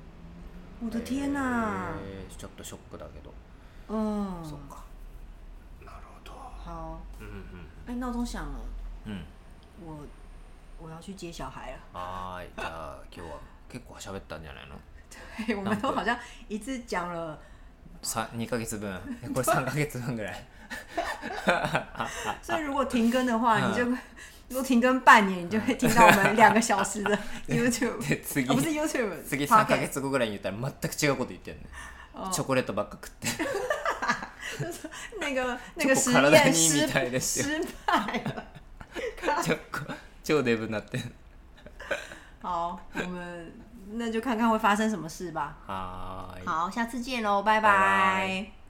Speaker 1: 我的天呐、
Speaker 2: えーちょっとショックだけど、
Speaker 1: 嗯，
Speaker 2: そっかなるほど
Speaker 1: 好，
Speaker 2: うん
Speaker 1: 哎，闹钟响了，
Speaker 2: うんうん
Speaker 1: 我我要去接小孩了。
Speaker 2: はーいじゃあ今日は結構喋ったんじゃないの
Speaker 1: 嘿我们都好像一次讲了
Speaker 2: さ2ヶ月分えこれ3ヶ月分ぐらい
Speaker 1: 所以如果停更的话，
Speaker 2: 嗯
Speaker 1: 你就会如果停更半年，你就会听到我们两个小时的 YouTube，
Speaker 2: で次
Speaker 1: 啊不是 YouTube，
Speaker 2: 次
Speaker 1: p o
Speaker 2: 3ヶ月後ぐらいに言ったら全く違うこと言ってんね
Speaker 1: 哦
Speaker 2: チョコレートばっか食って
Speaker 1: 那个那个实
Speaker 2: ちょっと
Speaker 1: 验
Speaker 2: 体にいい
Speaker 1: 失
Speaker 2: みたいですよ
Speaker 1: 失败了。
Speaker 2: ちょっと超デブになってん
Speaker 1: 好，我们那就看看会发生什么事吧。
Speaker 2: はーい
Speaker 1: 好，下次见喽，拜
Speaker 2: 哎拜拜
Speaker 1: 拜